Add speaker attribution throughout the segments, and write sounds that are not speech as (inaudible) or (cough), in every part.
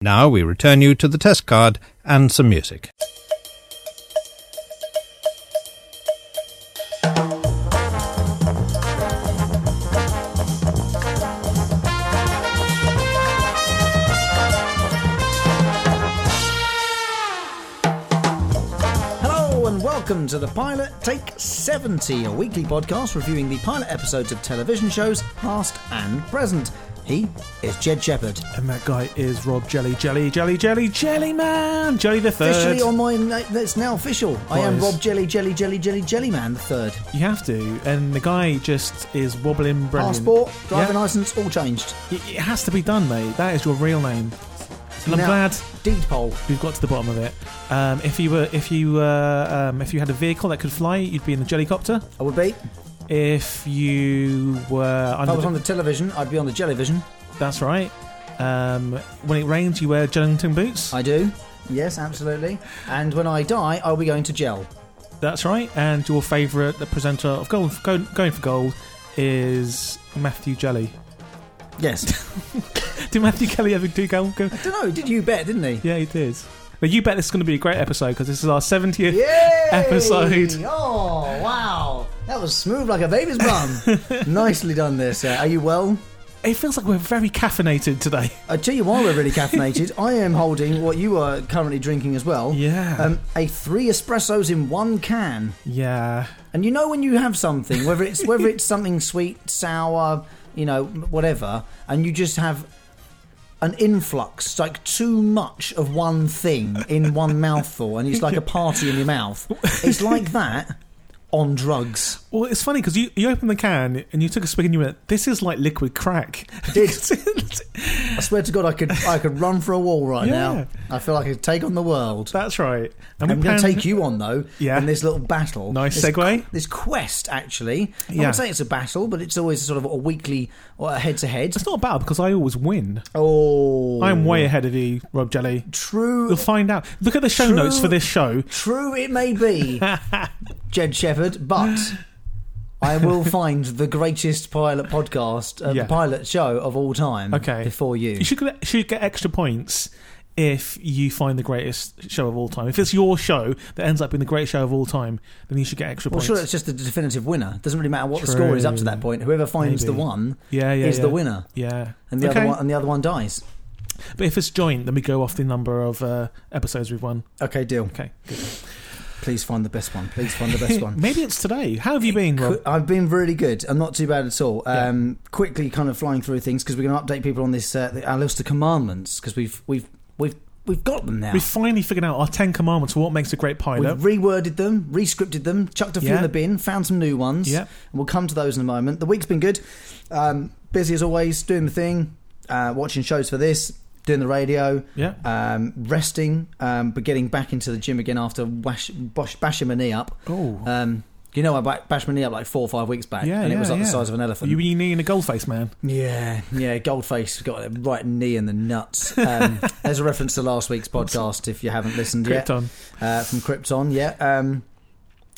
Speaker 1: Now we return you to the test card and some music.
Speaker 2: Hello and welcome to the Pilot Take 70, a weekly podcast reviewing the pilot episodes of television shows, past and present. He is Jed Shepherd.
Speaker 3: And that guy is Rob Jelly, Jelly, Jelly, Jelly, Jelly Man, Jelly the Third.
Speaker 2: Officially on my, na- that's now official. I am
Speaker 3: Boys.
Speaker 2: Rob Jelly Jelly Jelly Jelly Jelly Man the third.
Speaker 3: you have to, and the guy just is wobbling. Brilliant.
Speaker 2: Passport, driving
Speaker 3: Yeah.
Speaker 2: license, all changed.
Speaker 3: It, it has to be done, mate. That is your real name, and I'm
Speaker 2: Now,
Speaker 3: glad
Speaker 2: Deed poll.
Speaker 3: we've got to the bottom of it. Um, if you were, if you, uh, um, if you had a vehicle that could fly, you'd be in the Jellycopter.
Speaker 2: I would be. If
Speaker 3: If you were, under
Speaker 2: I was on the television, I'd be on the Jellyvision.
Speaker 3: that's right. Um, when it rains, you wear Jellington boots.
Speaker 2: I do. Yes, absolutely. And when I die, I'll be going to jail.
Speaker 3: That's right. And your favourite, the presenter of Gold, Go- Going for Gold, is Matthew Jelly. (laughs)
Speaker 2: (laughs) Yes.
Speaker 3: Did Matthew Kelly ever do Gold? Go-
Speaker 2: I don't know, did you bet, didn't he?
Speaker 3: yeah, he did. But you bet this is going to be a great episode because this is our 70th.
Speaker 2: Yay!
Speaker 3: Episode.
Speaker 2: Oh, wow. That was smooth like a baby's
Speaker 3: (laughs)
Speaker 2: bum. Nicely done there, sir. Are you well?
Speaker 3: It feels like we're very caffeinated today. (laughs)
Speaker 2: I tell you why we're really caffeinated. I am holding what you are currently drinking as well.
Speaker 3: Yeah.
Speaker 2: Um, a three espressos in one can.
Speaker 3: yeah.
Speaker 2: And you know when you have something, whether it's whether it's something sweet, sour, you know, whatever, and you just have an influx, like too much of one thing in one mouthful, and it's like a party in your mouth. It's like that on drugs.
Speaker 3: Well, it's funny because you, you opened the can and you took a swig and you went, this is like liquid crack. (laughs)
Speaker 2: did. I swear to God, I could I could run for a wall right
Speaker 3: Yeah.
Speaker 2: now. I feel like I could take on the world.
Speaker 3: That's right. And
Speaker 2: I'm
Speaker 3: we're
Speaker 2: going to
Speaker 3: pan-
Speaker 2: take you on though
Speaker 3: Yeah.
Speaker 2: in this little battle.
Speaker 3: Nice
Speaker 2: this,
Speaker 3: segue.
Speaker 2: This quest, actually, I
Speaker 3: Yeah.
Speaker 2: would say it's a battle, but it's always sort of a weekly or a head-to-head.
Speaker 3: It's not bad because I always win.
Speaker 2: Oh,
Speaker 3: I'm way ahead of you, Rob Jelly.
Speaker 2: true.
Speaker 3: You'll find out. Look at the show
Speaker 2: True.
Speaker 3: notes for this show.
Speaker 2: True, it may
Speaker 3: (laughs)
Speaker 2: be, Jed Shepherd, but I
Speaker 3: (laughs)
Speaker 2: will find the greatest pilot podcast, uh,
Speaker 3: Yeah.
Speaker 2: the pilot show of all time.
Speaker 3: Okay.
Speaker 2: before you.
Speaker 3: You should get, should get extra points if you find the greatest show of all time. If it's your show that ends up being the greatest show of all time, then you should get extra
Speaker 2: well,
Speaker 3: points.
Speaker 2: sure, it's just the definitive winner. Doesn't really matter what the score is up to
Speaker 3: True.
Speaker 2: that point. Whoever finds
Speaker 3: Maybe.
Speaker 2: the one
Speaker 3: yeah, yeah,
Speaker 2: is
Speaker 3: yeah.
Speaker 2: the winner,
Speaker 3: Yeah,
Speaker 2: and the
Speaker 3: okay.
Speaker 2: other one and the other one dies.
Speaker 3: But if it's joint, then we go off the number of uh, episodes we've won.
Speaker 2: Okay, deal.
Speaker 3: Okay,
Speaker 2: Please find the best one. Please find the
Speaker 3: (laughs)
Speaker 2: best one.
Speaker 3: maybe it's today. How have you been, Rob?
Speaker 2: Qu- I've been really good. I'm not too bad at all.
Speaker 3: Yeah.
Speaker 2: Um, Quickly, kind of flying through things because we're going to update people on this uh, the- our list of commandments because we've we've we've we've got them now.
Speaker 3: We finally figured out our Ten Commandments. What makes a great
Speaker 2: We've
Speaker 3: pilot?
Speaker 2: reworded them, rescripted them, chucked a few in
Speaker 3: Yeah.
Speaker 2: the bin, found some new ones,
Speaker 3: Yeah.
Speaker 2: and we'll come to those in a moment. The week's been good. Um, busy as always, doing the thing, uh, watching shows for this, doing the radio,
Speaker 3: yeah,
Speaker 2: um, resting, um, but getting back into the gym again after wash, bosh, bashing my knee up.
Speaker 3: Oh.
Speaker 2: Um, you know, I ba- bashed my knee up like four or five weeks back,
Speaker 3: yeah,
Speaker 2: and
Speaker 3: yeah,
Speaker 2: it was like
Speaker 3: yeah.
Speaker 2: the size of an elephant.
Speaker 3: You were needing a gold face, man.
Speaker 2: Yeah, yeah. Goldface got a right knee in the
Speaker 3: (laughs)
Speaker 2: nuts. Um, there's a reference to last week's podcast if you haven't listened yet
Speaker 3: Krypton.
Speaker 2: uh, from Krypton. Yeah, um,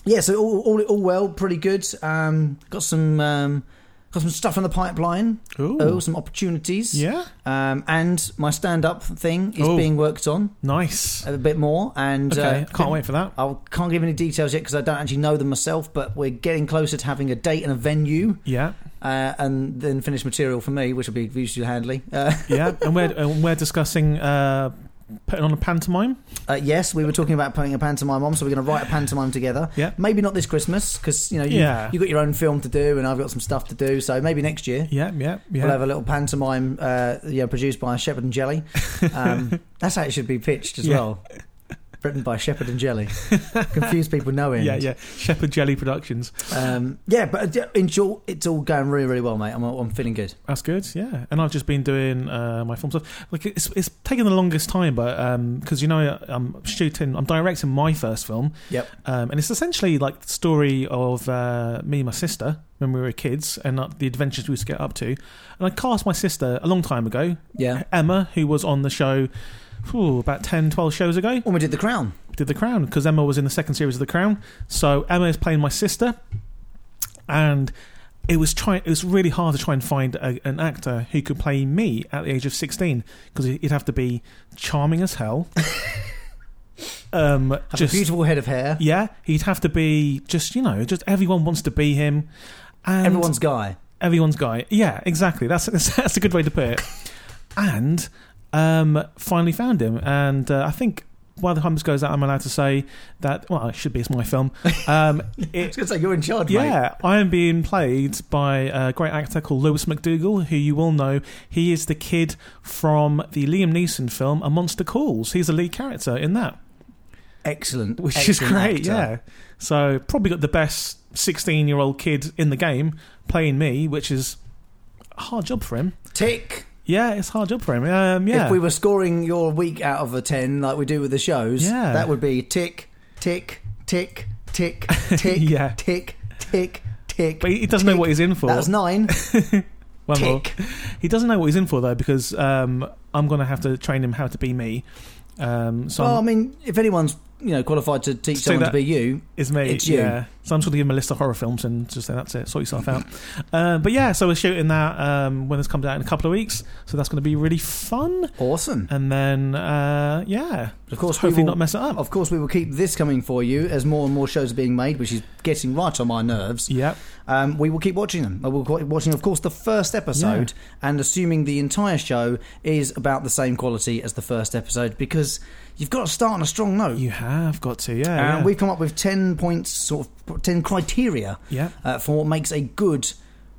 Speaker 2: yeah. So all, all all well, pretty good. Um, got some um, got some stuff in the pipeline.
Speaker 3: Ooh.
Speaker 2: Oh, some opportunities.
Speaker 3: Yeah,
Speaker 2: Um, and my stand up thing is
Speaker 3: Ooh.
Speaker 2: being worked on
Speaker 3: nice.
Speaker 2: a bit more. And
Speaker 3: Okay,
Speaker 2: uh,
Speaker 3: can't wait for that.
Speaker 2: I can't give any details yet because I don't actually know them myself. But we're getting closer to having a date and a venue
Speaker 3: Yeah,
Speaker 2: uh, and then finished material for me, which will be usually handy. Uh,
Speaker 3: yeah, and we're and we're discussing uh, putting on a pantomime.
Speaker 2: uh, yes, we were talking about putting a pantomime on, so we're going to write a pantomime together.
Speaker 3: Yeah.
Speaker 2: Maybe not this Christmas because you know you,
Speaker 3: Yeah.
Speaker 2: you've got your own film to do, and I've got some stuff to do. So maybe next year.
Speaker 3: Yeah, yeah, yeah.
Speaker 2: We'll have a little pantomime, uh, you know, produced by Shepherd and Jelly.
Speaker 3: (laughs)
Speaker 2: Um, that's how it should be pitched as
Speaker 3: Yeah.
Speaker 2: well. Written by Shepherd and
Speaker 3: (laughs)
Speaker 2: Jelly. Confuse people knowing.
Speaker 3: Yeah, yeah. Shepherd Jelly Productions.
Speaker 2: Um, yeah, but uh, in short, it's all going really, really well, mate. I'm, I'm feeling good.
Speaker 3: That's good. Yeah, and I've just been doing uh, my film stuff. Like it's it's taken the longest time, but because you know I'm shooting, I'm directing my first film,
Speaker 2: Yep.
Speaker 3: um, and it's essentially like the story of uh, me and my sister when we were kids and uh, the adventures we used to get up to. And I cast my sister a long time ago,
Speaker 2: Yeah.
Speaker 3: Emma, who was on the show. whew, about 10, 12 shows ago,
Speaker 2: When we did The Crown.
Speaker 3: did The Crown because Emma was in the second series of The Crown. So Emma is playing my sister, and it was try it was really hard to try and find a, an actor who could play me at the age of 16 because he'd have to be charming
Speaker 2: (laughs)
Speaker 3: as hell um
Speaker 2: Have
Speaker 3: just
Speaker 2: a beautiful head of hair.
Speaker 3: yeah he'd have to be just you know just everyone wants to be him and
Speaker 2: Everyone's guy.
Speaker 3: everyone's guy yeah exactly that's (laughs) that's, that's a good way to put it and um finally found him and uh, i think by the time this goes out i'm allowed to say that well it should be it's my film
Speaker 2: (laughs)
Speaker 3: um
Speaker 2: I
Speaker 3: it,
Speaker 2: was going to say you're in charge, mate.
Speaker 3: yeah, I am being played by a great actor called Lewis McDougall, who you will know. He is the kid from the Liam Neeson film A Monster Calls. He's a lead character in that,
Speaker 2: Excellent.
Speaker 3: which is
Speaker 2: excellent
Speaker 3: great.
Speaker 2: actor.
Speaker 3: Yeah. So probably got the best 16-year-old kid in the game playing me, which is a hard job for him.
Speaker 2: Tick.
Speaker 3: Yeah, it's a hard job for him. Um, yeah.
Speaker 2: If we were scoring your week out of a 10, like we do with the shows,
Speaker 3: Yeah.
Speaker 2: that would be tick, tick, tick,
Speaker 3: (laughs)
Speaker 2: tick, tick,
Speaker 3: Yeah.
Speaker 2: tick, tick, tick.
Speaker 3: but he he doesn't know what he's in for.
Speaker 2: That was nine.
Speaker 3: One more.
Speaker 2: tick.
Speaker 3: He doesn't know what he's in for though, because um, I'm going to have to train him how to be me. Um, so
Speaker 2: Well,
Speaker 3: I'm-
Speaker 2: I mean, if anyone's you know qualified to teach
Speaker 3: Say
Speaker 2: someone
Speaker 3: that.
Speaker 2: to be you,
Speaker 3: It's me.
Speaker 2: It's you.
Speaker 3: Yeah. So I'm just going to give him a list of horror films and just say that's it. Sort yourself out. Uh, but yeah, so we're shooting that um, when this comes out in a couple of weeks. So that's going to be really fun.
Speaker 2: awesome.
Speaker 3: And then uh, yeah,
Speaker 2: Of course, we
Speaker 3: hopefully
Speaker 2: will-
Speaker 3: not mess it up.
Speaker 2: Of course, we will keep this coming for you as more and more shows are being made, which is getting right on my nerves.
Speaker 3: yeah.
Speaker 2: Um, we will keep watching them. We'll keep watching, of course, the first episode, and assuming the entire show is about the same quality as the first episode, because you've got to start on a strong note.
Speaker 3: You have got to. Yeah.
Speaker 2: and
Speaker 3: yeah.
Speaker 2: we've come up with ten points, sort of ten criteria
Speaker 3: yeah.
Speaker 2: uh, for what makes a good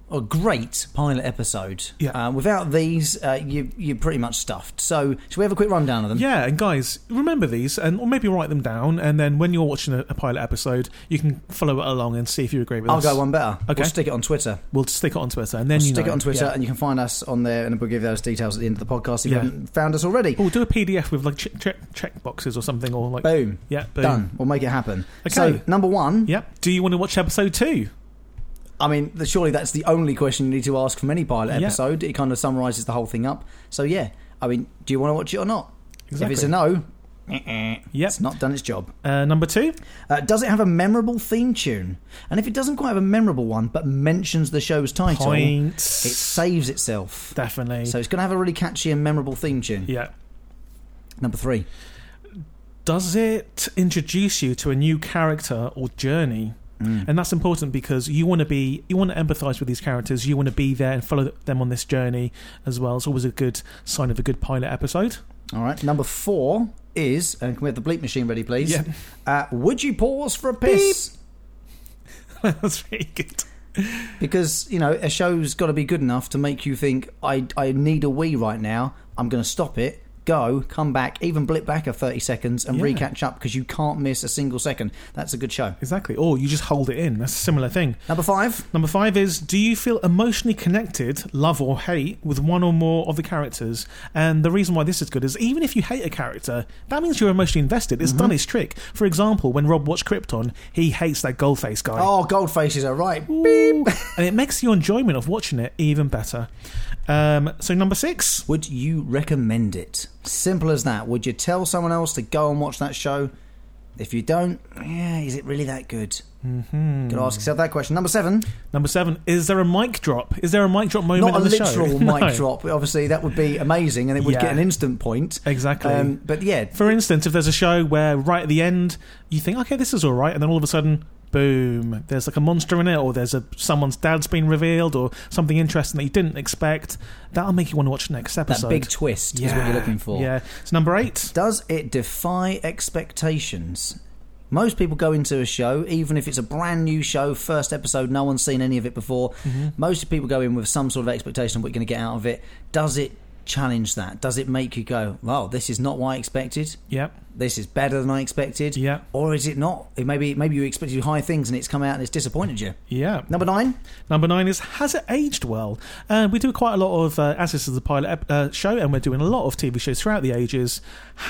Speaker 2: or great pilot episode.
Speaker 3: Yeah.
Speaker 2: Uh, without these, uh, you you're pretty much stuffed. So, should we have a quick rundown of them?
Speaker 3: Yeah, and guys, remember these, and or maybe write them down, and then when you're watching a, a pilot episode, you can follow it along and see if you agree with
Speaker 2: I'll
Speaker 3: us.
Speaker 2: go one better.
Speaker 3: Okay.
Speaker 2: We'll stick it on Twitter.
Speaker 3: We'll stick it on Twitter, and then
Speaker 2: we'll
Speaker 3: you
Speaker 2: stick
Speaker 3: know.
Speaker 2: it on Twitter,
Speaker 3: Yeah.
Speaker 2: and you can find us on there, and we'll give those details at the end of the podcast if
Speaker 3: Yeah.
Speaker 2: you haven't found us already.
Speaker 3: Or Oh, do a PDF with like check, check, check boxes or something, or like
Speaker 2: Boom.
Speaker 3: yeah, boom.
Speaker 2: Done. We'll make it happen.
Speaker 3: Okay.
Speaker 2: So, number one,
Speaker 3: Yep. Do you want to watch episode two?
Speaker 2: I mean, the- surely that's the only question you need to ask from any pilot
Speaker 3: Yeah.
Speaker 2: episode. It kind of summarises the whole thing up. So, yeah, I mean, do you want to watch it or not? If it's a no,
Speaker 3: Yep.
Speaker 2: it's not done its job.
Speaker 3: Uh, number two.
Speaker 2: Uh, does it have a memorable theme tune? And if it doesn't quite have a memorable one, but mentions the show's title,
Speaker 3: Points.
Speaker 2: it saves itself.
Speaker 3: Definitely.
Speaker 2: So, it's going to have a really catchy and memorable theme tune.
Speaker 3: yeah.
Speaker 2: Number three.
Speaker 3: Does it introduce you to a new character or journey? And that's important because you want to be, you want to empathise with these characters. You want to be there and follow them on this journey as well. It's always a good sign of a good pilot episode. (laughs)
Speaker 2: All right. Number four is, and can we have the bleep machine ready, please?
Speaker 3: Yeah.
Speaker 2: Uh, would you pause for a piss?
Speaker 3: that's really good.
Speaker 2: Because, you know, a show's got to be good enough to make you think, I, I need a wee right now. I'm going to stop it, go, come back, even blip back a 30 seconds and
Speaker 3: Yeah.
Speaker 2: re-catch up because you can't miss a single second. That's a good show.
Speaker 3: Exactly. Or you just hold it in. That's a similar thing.
Speaker 2: Number five.
Speaker 3: Number five is Do you feel emotionally connected, love or hate, with one or more of the characters? And the reason why this is good is even if you hate a character, that means you're emotionally invested. It's done its trick. For example, when Rob watched Krypton, he hates that gold face guy.
Speaker 2: Oh, Goldfaces are right.
Speaker 3: Ooh. and it makes your enjoyment of watching it even better. Um, so, number six.
Speaker 2: Would you recommend it? Simple as that. Would you tell someone else to go and watch that show? If you don't, yeah, is it really that good? Mm-hmm. Got to ask yourself that question. Number seven.
Speaker 3: Number seven. Is there a mic drop? Is there a mic drop moment
Speaker 2: not a
Speaker 3: in the show?
Speaker 2: literal
Speaker 3: (laughs) No.
Speaker 2: mic drop. Obviously, that would be amazing, and it would
Speaker 3: Yeah.
Speaker 2: get an instant point.
Speaker 3: Exactly.
Speaker 2: Um, but yeah,
Speaker 3: For instance, if there's a show where right at the end you think, okay, this is all right, and then all of a sudden, boom, there's like a monster in it, or there's a someone's dad's been revealed, or something interesting that you didn't expect, that'll make you want to watch the next
Speaker 2: that
Speaker 3: episode.
Speaker 2: big twist is what you're looking for.
Speaker 3: Yeah. So number eight.
Speaker 2: Does it defy expectations? Most people go into a show, even if it's a brand new show, first episode, no one's seen any of it before.
Speaker 3: Mm-hmm.
Speaker 2: Most people go in with some sort of expectation of what you're going to get out of it. Does it challenge that? Does it make you go, "Wow, this is not what I expected.
Speaker 3: Yeah.
Speaker 2: This is better than I expected,"
Speaker 3: Yeah.
Speaker 2: or is it not? It Maybe maybe you expected high things and it's come out and it's disappointed you.
Speaker 3: Yeah.
Speaker 2: Number nine.
Speaker 3: Number nine is has it aged well? Uh, we do quite a lot of uh, as this is the pilot ep- uh, show, and we're doing a lot of TV shows throughout the ages.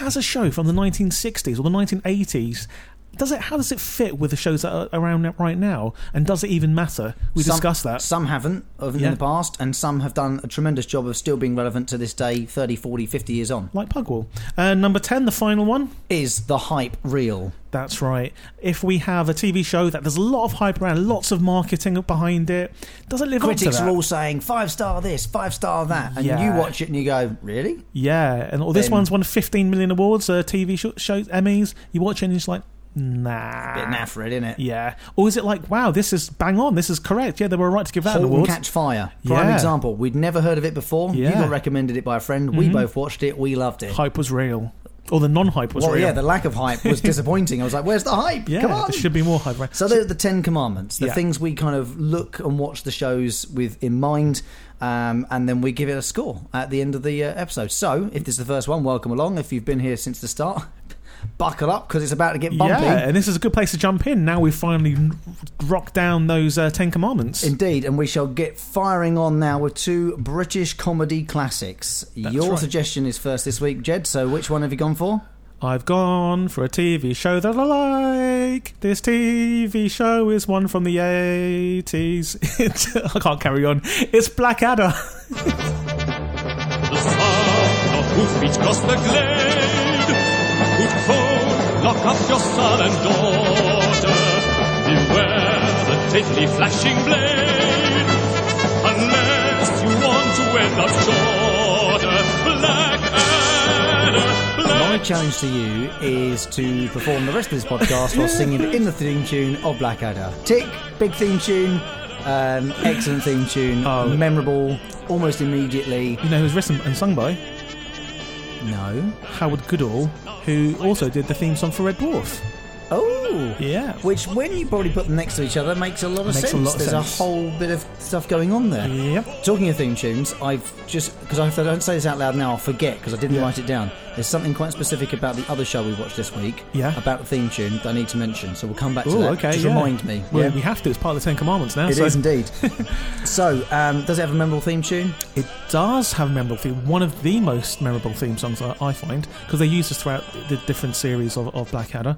Speaker 3: Has a show from the 1960s or the 1980s does it? How does it fit with the shows that are around it right now? And does it even matter? We
Speaker 2: Some-
Speaker 3: discussed that.
Speaker 2: Some haven't of-
Speaker 3: Yeah.
Speaker 2: in the past, and some have done a tremendous job of still being relevant to this day, 30, 40, 50 years on.
Speaker 3: Like Pugwall. Uh, number ten, the final one.
Speaker 2: Is the hype real?
Speaker 3: That's right. If we have a TV show that there's a lot of hype around, lots of marketing behind it, does it live up
Speaker 2: Critics
Speaker 3: to that?
Speaker 2: are all saying five star this, five star that, and
Speaker 3: Yeah.
Speaker 2: you watch it and you go, really?
Speaker 3: Yeah, and all this
Speaker 2: Then-
Speaker 3: one's won 15 million awards, uh, TV show, shows, Emmys. You watch it and you're just like, nah.
Speaker 2: Bit naff for it, isn't it?
Speaker 3: Ah. Yeah. Or is it like, wow, this is bang on, this is correct. Yeah, they were right to give that an
Speaker 2: Halt and
Speaker 3: award.
Speaker 2: Catch Fire. Prime
Speaker 3: Yeah.
Speaker 2: example. We'd never heard of it before. You
Speaker 3: Yeah. Mm-hmm.
Speaker 2: got recommended it by a friend. We both watched it. We loved it.
Speaker 3: Hype was real. Or the non-hype was
Speaker 2: well,
Speaker 3: real.
Speaker 2: yeah, the lack of hype
Speaker 3: (laughs)
Speaker 2: was disappointing. I was like, where's the hype?
Speaker 3: Yeah,
Speaker 2: Come on.
Speaker 3: there should be more hype. Right?
Speaker 2: So they're the Ten Commandments, the
Speaker 3: Yeah.
Speaker 2: things we kind of look and watch the shows with in mind, um, and then we give it a score at the end of the uh, episode. So if this is the first one, welcome along. If you've been here since the start, (laughs) buckle up because it's about to get bumpy.
Speaker 3: Yeah, and this is a good place to jump in. Now we've finally rocked down those uh, Ten Commandments.
Speaker 2: Indeed, and we shall get firing on now with two British comedy classics. Your
Speaker 3: right.
Speaker 2: suggestion is first this week, Jed. So which one have you gone for?
Speaker 3: I've gone for a TV show that I like. This TV show is one from the 80s. It's- (laughs) I can't carry on. It's (laughs) Blackadder.
Speaker 4: The sound of hoofbeats cross the glade. Good folk, lock up your son and daughter. Beware the deadly flashing blade. Unless you want to end up shorter. Black Adder,
Speaker 2: My
Speaker 4: Black
Speaker 2: challenge to you is to perform the rest of this podcast (laughs) while singing in the theme tune of Blackadder. Tick, big theme tune, um, excellent theme tune,
Speaker 3: Oh.
Speaker 2: memorable almost immediately.
Speaker 3: You know who's written and sung by?
Speaker 2: No.
Speaker 3: Howard Goodall, who also did the theme song for Red Dwarf.
Speaker 2: Oh!
Speaker 3: Yeah.
Speaker 2: Which, when you probably put them next to each other, makes a lot of
Speaker 3: Makes a
Speaker 2: sense.
Speaker 3: lot of
Speaker 2: There's
Speaker 3: sense.
Speaker 2: a whole bit of stuff going on there.
Speaker 3: Yep.
Speaker 2: Talking of theme tunes, I've just because if I don't say this out loud now, I'll forget because I didn't
Speaker 3: Yeah.
Speaker 2: write it down. There's something quite specific about the other show we watched this week.
Speaker 3: Yeah.
Speaker 2: About the theme tune that I need to mention, so we'll come back to
Speaker 3: Oh,
Speaker 2: that.
Speaker 3: okay.
Speaker 2: Just
Speaker 3: yeah.
Speaker 2: remind me.
Speaker 3: Well,
Speaker 2: yeah.
Speaker 3: we have to. It's part of the Ten Commandments now.
Speaker 2: It
Speaker 3: so
Speaker 2: is
Speaker 3: (laughs)
Speaker 2: indeed. so, um, does it have a memorable theme tune?
Speaker 3: It does have a memorable theme. One of the most memorable theme songs I, I find because they use this throughout the different series of, of Blackadder.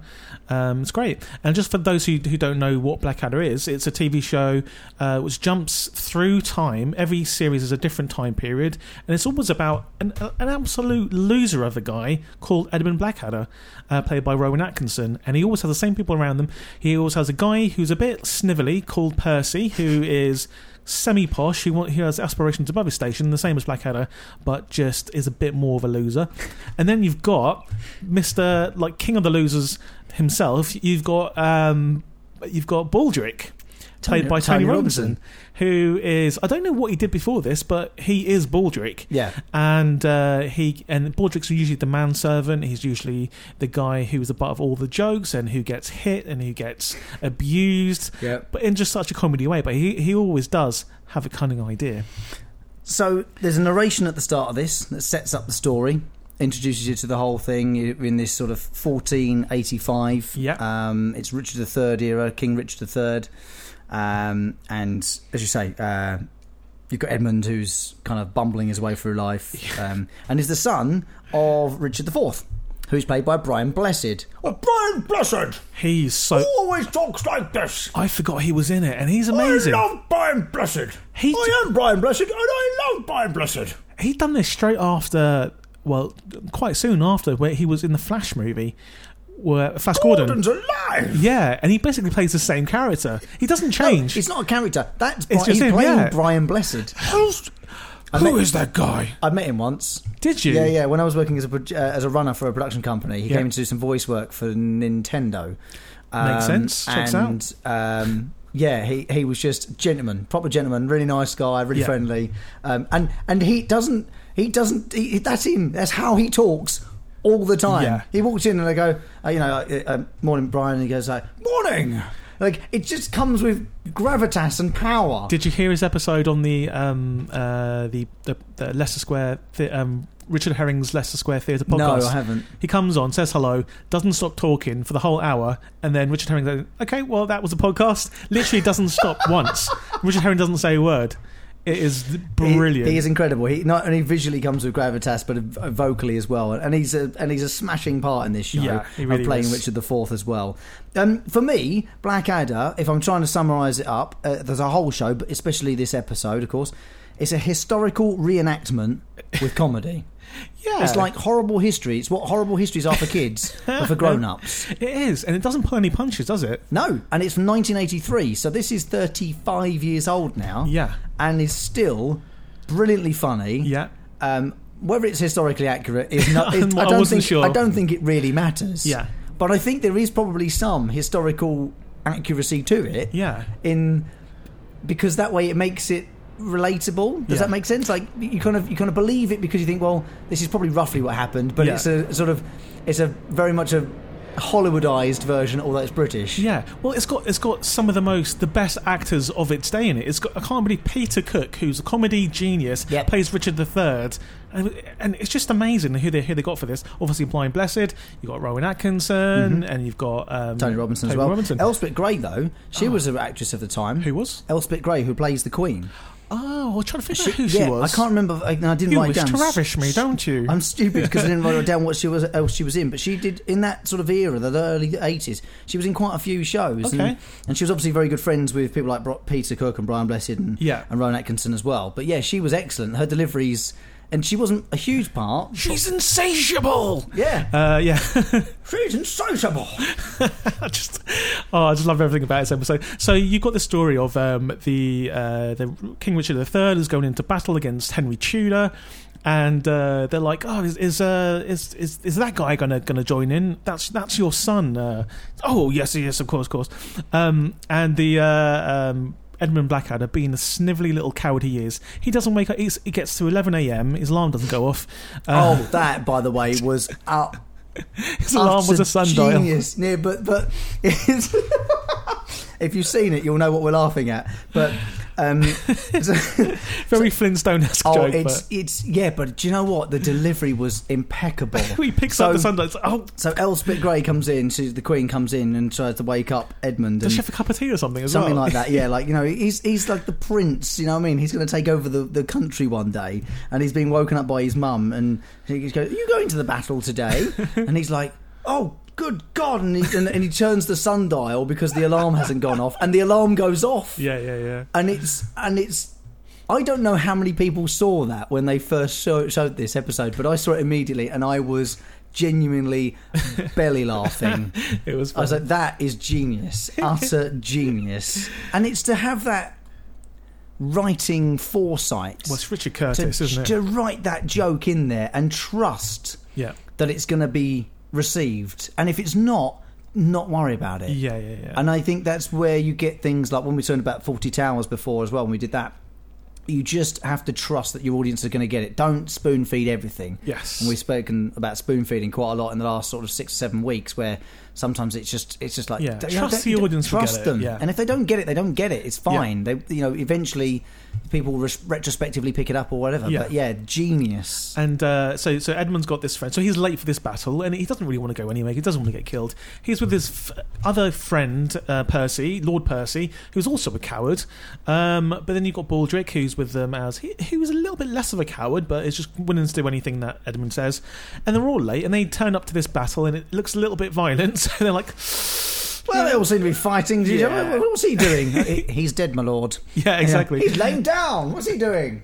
Speaker 3: Um, it's great. And just for those who, who don't know what Blackadder is, it's a TV show uh, which jumps through time. Every series is a different time period, and it's always about an, an absolute loser of a guy called Edmund Blackadder, uh, played by Rowan Atkinson. And he always has the same people around them. He always has a guy who's a bit snivelly called Percy, who is semi posh who, want- who has aspirations above his station, the same as Blackadder, but just is a bit more of a loser. And then you've got Mister like King of the Losers himself. You've got um, you've got Baldric, played
Speaker 2: Tony-
Speaker 3: by Tony,
Speaker 2: Tony
Speaker 3: Robinson,
Speaker 2: Robinson.
Speaker 3: who is I don't know what he did before this, but he is Baldric
Speaker 2: Yeah.
Speaker 3: and uh, he and Baldric's usually the manservant. He's usually the guy who is the butt of all the jokes and who gets hit and who gets abused.
Speaker 2: Yeah.
Speaker 3: But in just such a comedy way. But he he always does have a cunning idea.
Speaker 2: So, there's a narration at the start of this that sets up the story, introduces you to the whole thing in this sort of 1485.
Speaker 3: Yeah.
Speaker 2: Um, it's Richard III era, King Richard III. Um, and as you say, uh, you've got Edmund who's kind of bumbling his way through
Speaker 3: (laughs)
Speaker 2: life um, and is the son of Richard IV, who's played by Brian Blessed. Oh, Brian Blessed!
Speaker 3: He's so.
Speaker 2: always talks like this!
Speaker 3: I forgot he was in it, and he's amazing.
Speaker 5: I love Brian Blessed.
Speaker 3: He-
Speaker 5: I am Brian Blessed, and I love Brian Blessed.
Speaker 3: he done this straight after, well, quite soon after, where he was in the Flash movie, where Flash Gordon.
Speaker 5: Gordon's alive.
Speaker 3: Yeah, and he basically plays the same character. He doesn't change.
Speaker 2: It's not a character. That's
Speaker 3: It's
Speaker 2: Bri-
Speaker 3: just
Speaker 2: he's
Speaker 3: him,
Speaker 2: playing
Speaker 3: yeah.
Speaker 2: Brian Blessed.
Speaker 5: Who's,
Speaker 2: met-
Speaker 5: who is that guy?
Speaker 2: I met him once.
Speaker 3: Did you?
Speaker 2: Yeah, yeah. When I was working as a pro- uh, as a runner for a production company, he
Speaker 3: Yeah.
Speaker 2: came in to do some voice work for Nintendo. Um,
Speaker 3: Makes sense. Checks
Speaker 2: and, Um, yeah, he, he was just gentleman, proper gentleman, really nice guy, really
Speaker 3: Yeah.
Speaker 2: friendly, um, and and he doesn't he doesn't he, that's him. That's how he talks all the time.
Speaker 3: Yeah.
Speaker 2: He walks in and I go, uh, you know, uh, uh, morning, Brian. And he goes like, morning. Like it just comes with gravitas and power.
Speaker 3: Did you hear his episode on the um, uh, the, the the Leicester Square the, um, Richard Herring's Leicester Square Theatre
Speaker 2: no,
Speaker 3: podcast?
Speaker 2: I haven't.
Speaker 3: He comes on, says hello, doesn't stop talking for the whole hour, and then Richard Herring (laughs) goes, "Okay, well that was a podcast." Literally doesn't stop once. Richard Herring doesn't say a word. It is th-
Speaker 2: He-
Speaker 3: brilliant.
Speaker 2: He, is incredible. He not only visually comes with gravitas, but uh, vocally as well. And he's a and he's a smashing part in this show.
Speaker 3: Yeah, he
Speaker 2: of
Speaker 3: really
Speaker 2: playing
Speaker 3: is.
Speaker 2: Richard IV as well. Um, for me, Blackadder. If I'm trying to summarise it up, uh, there's a whole show, but especially this episode, of course. It's a historical reenactment with comedy.
Speaker 3: (laughs) yeah,
Speaker 2: It's like horrible history. It's what horrible histories are for kids, but for
Speaker 3: (laughs)
Speaker 2: grown-ups.
Speaker 3: it is, and it doesn't pull any punches, does it?
Speaker 2: No, and it's from 1983, so this is 35 years old now.
Speaker 3: Yeah.
Speaker 2: and is still brilliantly funny.
Speaker 3: Yeah.
Speaker 2: Um, whether it's historically accurate is not. It,
Speaker 3: (laughs) I
Speaker 2: I don't
Speaker 3: wasn't
Speaker 2: think.
Speaker 3: sure.
Speaker 2: I don't think it really matters.
Speaker 3: Yeah.
Speaker 2: But I think there is probably some historical accuracy to it.
Speaker 3: Yeah.
Speaker 2: In because that way it makes it relatable. Does
Speaker 3: Yeah.
Speaker 2: that make sense? Like you kind of you kind of believe it because you think, well, this is probably roughly what happened, but
Speaker 3: Yeah.
Speaker 2: it's a sort of it's a very much a Hollywoodized version, although it's British.
Speaker 3: Yeah, well, it's got it's got some of the most the best actors of its day in it. It's got I can't believe Peter Cook, who's a comedy genius,
Speaker 2: Yep.
Speaker 3: plays Richard III, and, and it's just amazing who they who they got for this. Obviously, Blind Blessed, you have got Rowan Atkinson, and you've got um,
Speaker 2: Tony Robinson
Speaker 3: Mm-hmm. Tony
Speaker 2: as well.
Speaker 3: Robinson. Ah.
Speaker 2: Elspeth Grey though, she was an actress of the time.
Speaker 3: Who was?
Speaker 2: Elspeth Grey, who plays the Queen.
Speaker 3: Oh, I was trying to figure out who she
Speaker 2: yeah,
Speaker 3: was.
Speaker 2: I can't remember. I, no, I didn't
Speaker 3: You
Speaker 2: write
Speaker 3: wish
Speaker 2: it down.
Speaker 3: to ravish me, don't you?
Speaker 2: I'm stupid because I didn't write down what she
Speaker 3: (laughs)
Speaker 2: was else she was in. But she did in that sort of era, the early eighties. She was in quite a few shows.
Speaker 3: Okay.
Speaker 2: And, and she was obviously very good friends with people like Bro- Peter Cook and Brian Blessed and
Speaker 3: Yeah.
Speaker 2: and Rowan Atkinson as well. But yeah, she was excellent. Her deliveries, and she wasn't a huge part.
Speaker 3: She's insatiable. (laughs)
Speaker 2: Yeah.
Speaker 3: Uh, yeah,
Speaker 5: She's insatiable.
Speaker 3: (laughs) I just oh, I just love everything about this episode. So you got the story of um, the uh, the King Richard III is going into battle against Henry Tudor, and uh, they're like, oh, is is, uh, is is is that guy gonna gonna join in? That's that's your son. Uh, oh yes, yes, of course, of course. Um, and the uh, um, Edmund Blackadder, being the snivelly little coward he is, he doesn't wake up. He's, he gets to 11 a.m. His alarm doesn't go off. Uh,
Speaker 2: oh, that by the way was up.
Speaker 3: (laughs) his (laughs) alarm was
Speaker 2: utter
Speaker 3: a sundial.
Speaker 2: Genius. Yeah, but but it's- (laughs) if you've seen it, you'll know what we're laughing at. But
Speaker 3: (laughs)
Speaker 2: um, so-
Speaker 3: Very Flintstone-esque
Speaker 2: oh,
Speaker 3: joke.
Speaker 2: it's
Speaker 3: but
Speaker 2: it's yeah. But do you know what? The delivery was
Speaker 3: (laughs)
Speaker 2: impeccable.
Speaker 3: he picks
Speaker 2: so,
Speaker 3: up the sundial. it's like, Oh,
Speaker 2: So Elspeth Grey comes in. She's the Queen comes in and tries to wake up Edmund.
Speaker 3: Does
Speaker 2: and
Speaker 3: she have a cup of tea or something as
Speaker 2: Something
Speaker 3: well?
Speaker 2: like that, yeah. Like you know, he's he's like the prince. You know what I mean? He's going to take over the, the country one day, and he's being woken up by his mum, and he goes, "Are you going to the battle
Speaker 3: (laughs)
Speaker 2: today?" and he's like, "Oh, good God!" And he, and, and he turns the sundial because the alarm hasn't gone off, and the alarm goes off,
Speaker 3: (laughs) Yeah, yeah, yeah.
Speaker 2: and it's and it's. I don't know how many people saw that when they first show, showed this episode, but I saw it immediately, and I was
Speaker 3: (laughs)
Speaker 2: genuinely belly laughing.
Speaker 3: It was.
Speaker 2: I was
Speaker 3: fun.
Speaker 2: like, that is genius, utter genius. And it's to have that writing foresight
Speaker 3: well, it's Richard
Speaker 2: to,
Speaker 3: Curtis, isn't it?
Speaker 2: to write that joke in there and trust
Speaker 3: yeah,
Speaker 2: that it's going to be received. And if it's not, not worry about it.
Speaker 3: yeah, yeah, yeah.
Speaker 2: And I think that's where you get things like when we talked about 40 Towers before as well, when we did that. You just have to trust that your audience are going to get it. Don't spoon feed everything.
Speaker 3: Yes.
Speaker 2: And we've spoken about spoon feeding quite a lot in the last sort of six or seven weeks, where sometimes it's just it's just like
Speaker 3: Yeah,
Speaker 2: don't-
Speaker 3: trust
Speaker 2: don't-
Speaker 3: the
Speaker 2: don't-
Speaker 3: audience will
Speaker 2: trust
Speaker 3: get it,
Speaker 2: them,
Speaker 3: yeah.
Speaker 2: and if they don't get it, they don't get it. It's fine. They you know eventually people res- retrospectively pick it up or whatever.
Speaker 3: Yeah.
Speaker 2: But yeah, genius.
Speaker 3: And uh, so, so Edmund's got this friend. So he's late for this battle, and he doesn't really want to go anyway. He doesn't want to get killed. He's with his f- other friend, uh, Percy, Lord Percy, who's also a coward. Um, but then you've got Baldric, who's with them as he, he was a little bit less of a coward, but is just willing to do anything that Edmund says. And they're all late, and they turn up to this battle, and it looks a little bit violent. (laughs) So they're like,
Speaker 2: Well, they all seem to be fighting. Do you know-
Speaker 3: Yeah.
Speaker 2: What's he doing? (laughs) He- He's dead, my lord.
Speaker 3: yeah, exactly.
Speaker 2: He's laying down. What's he doing?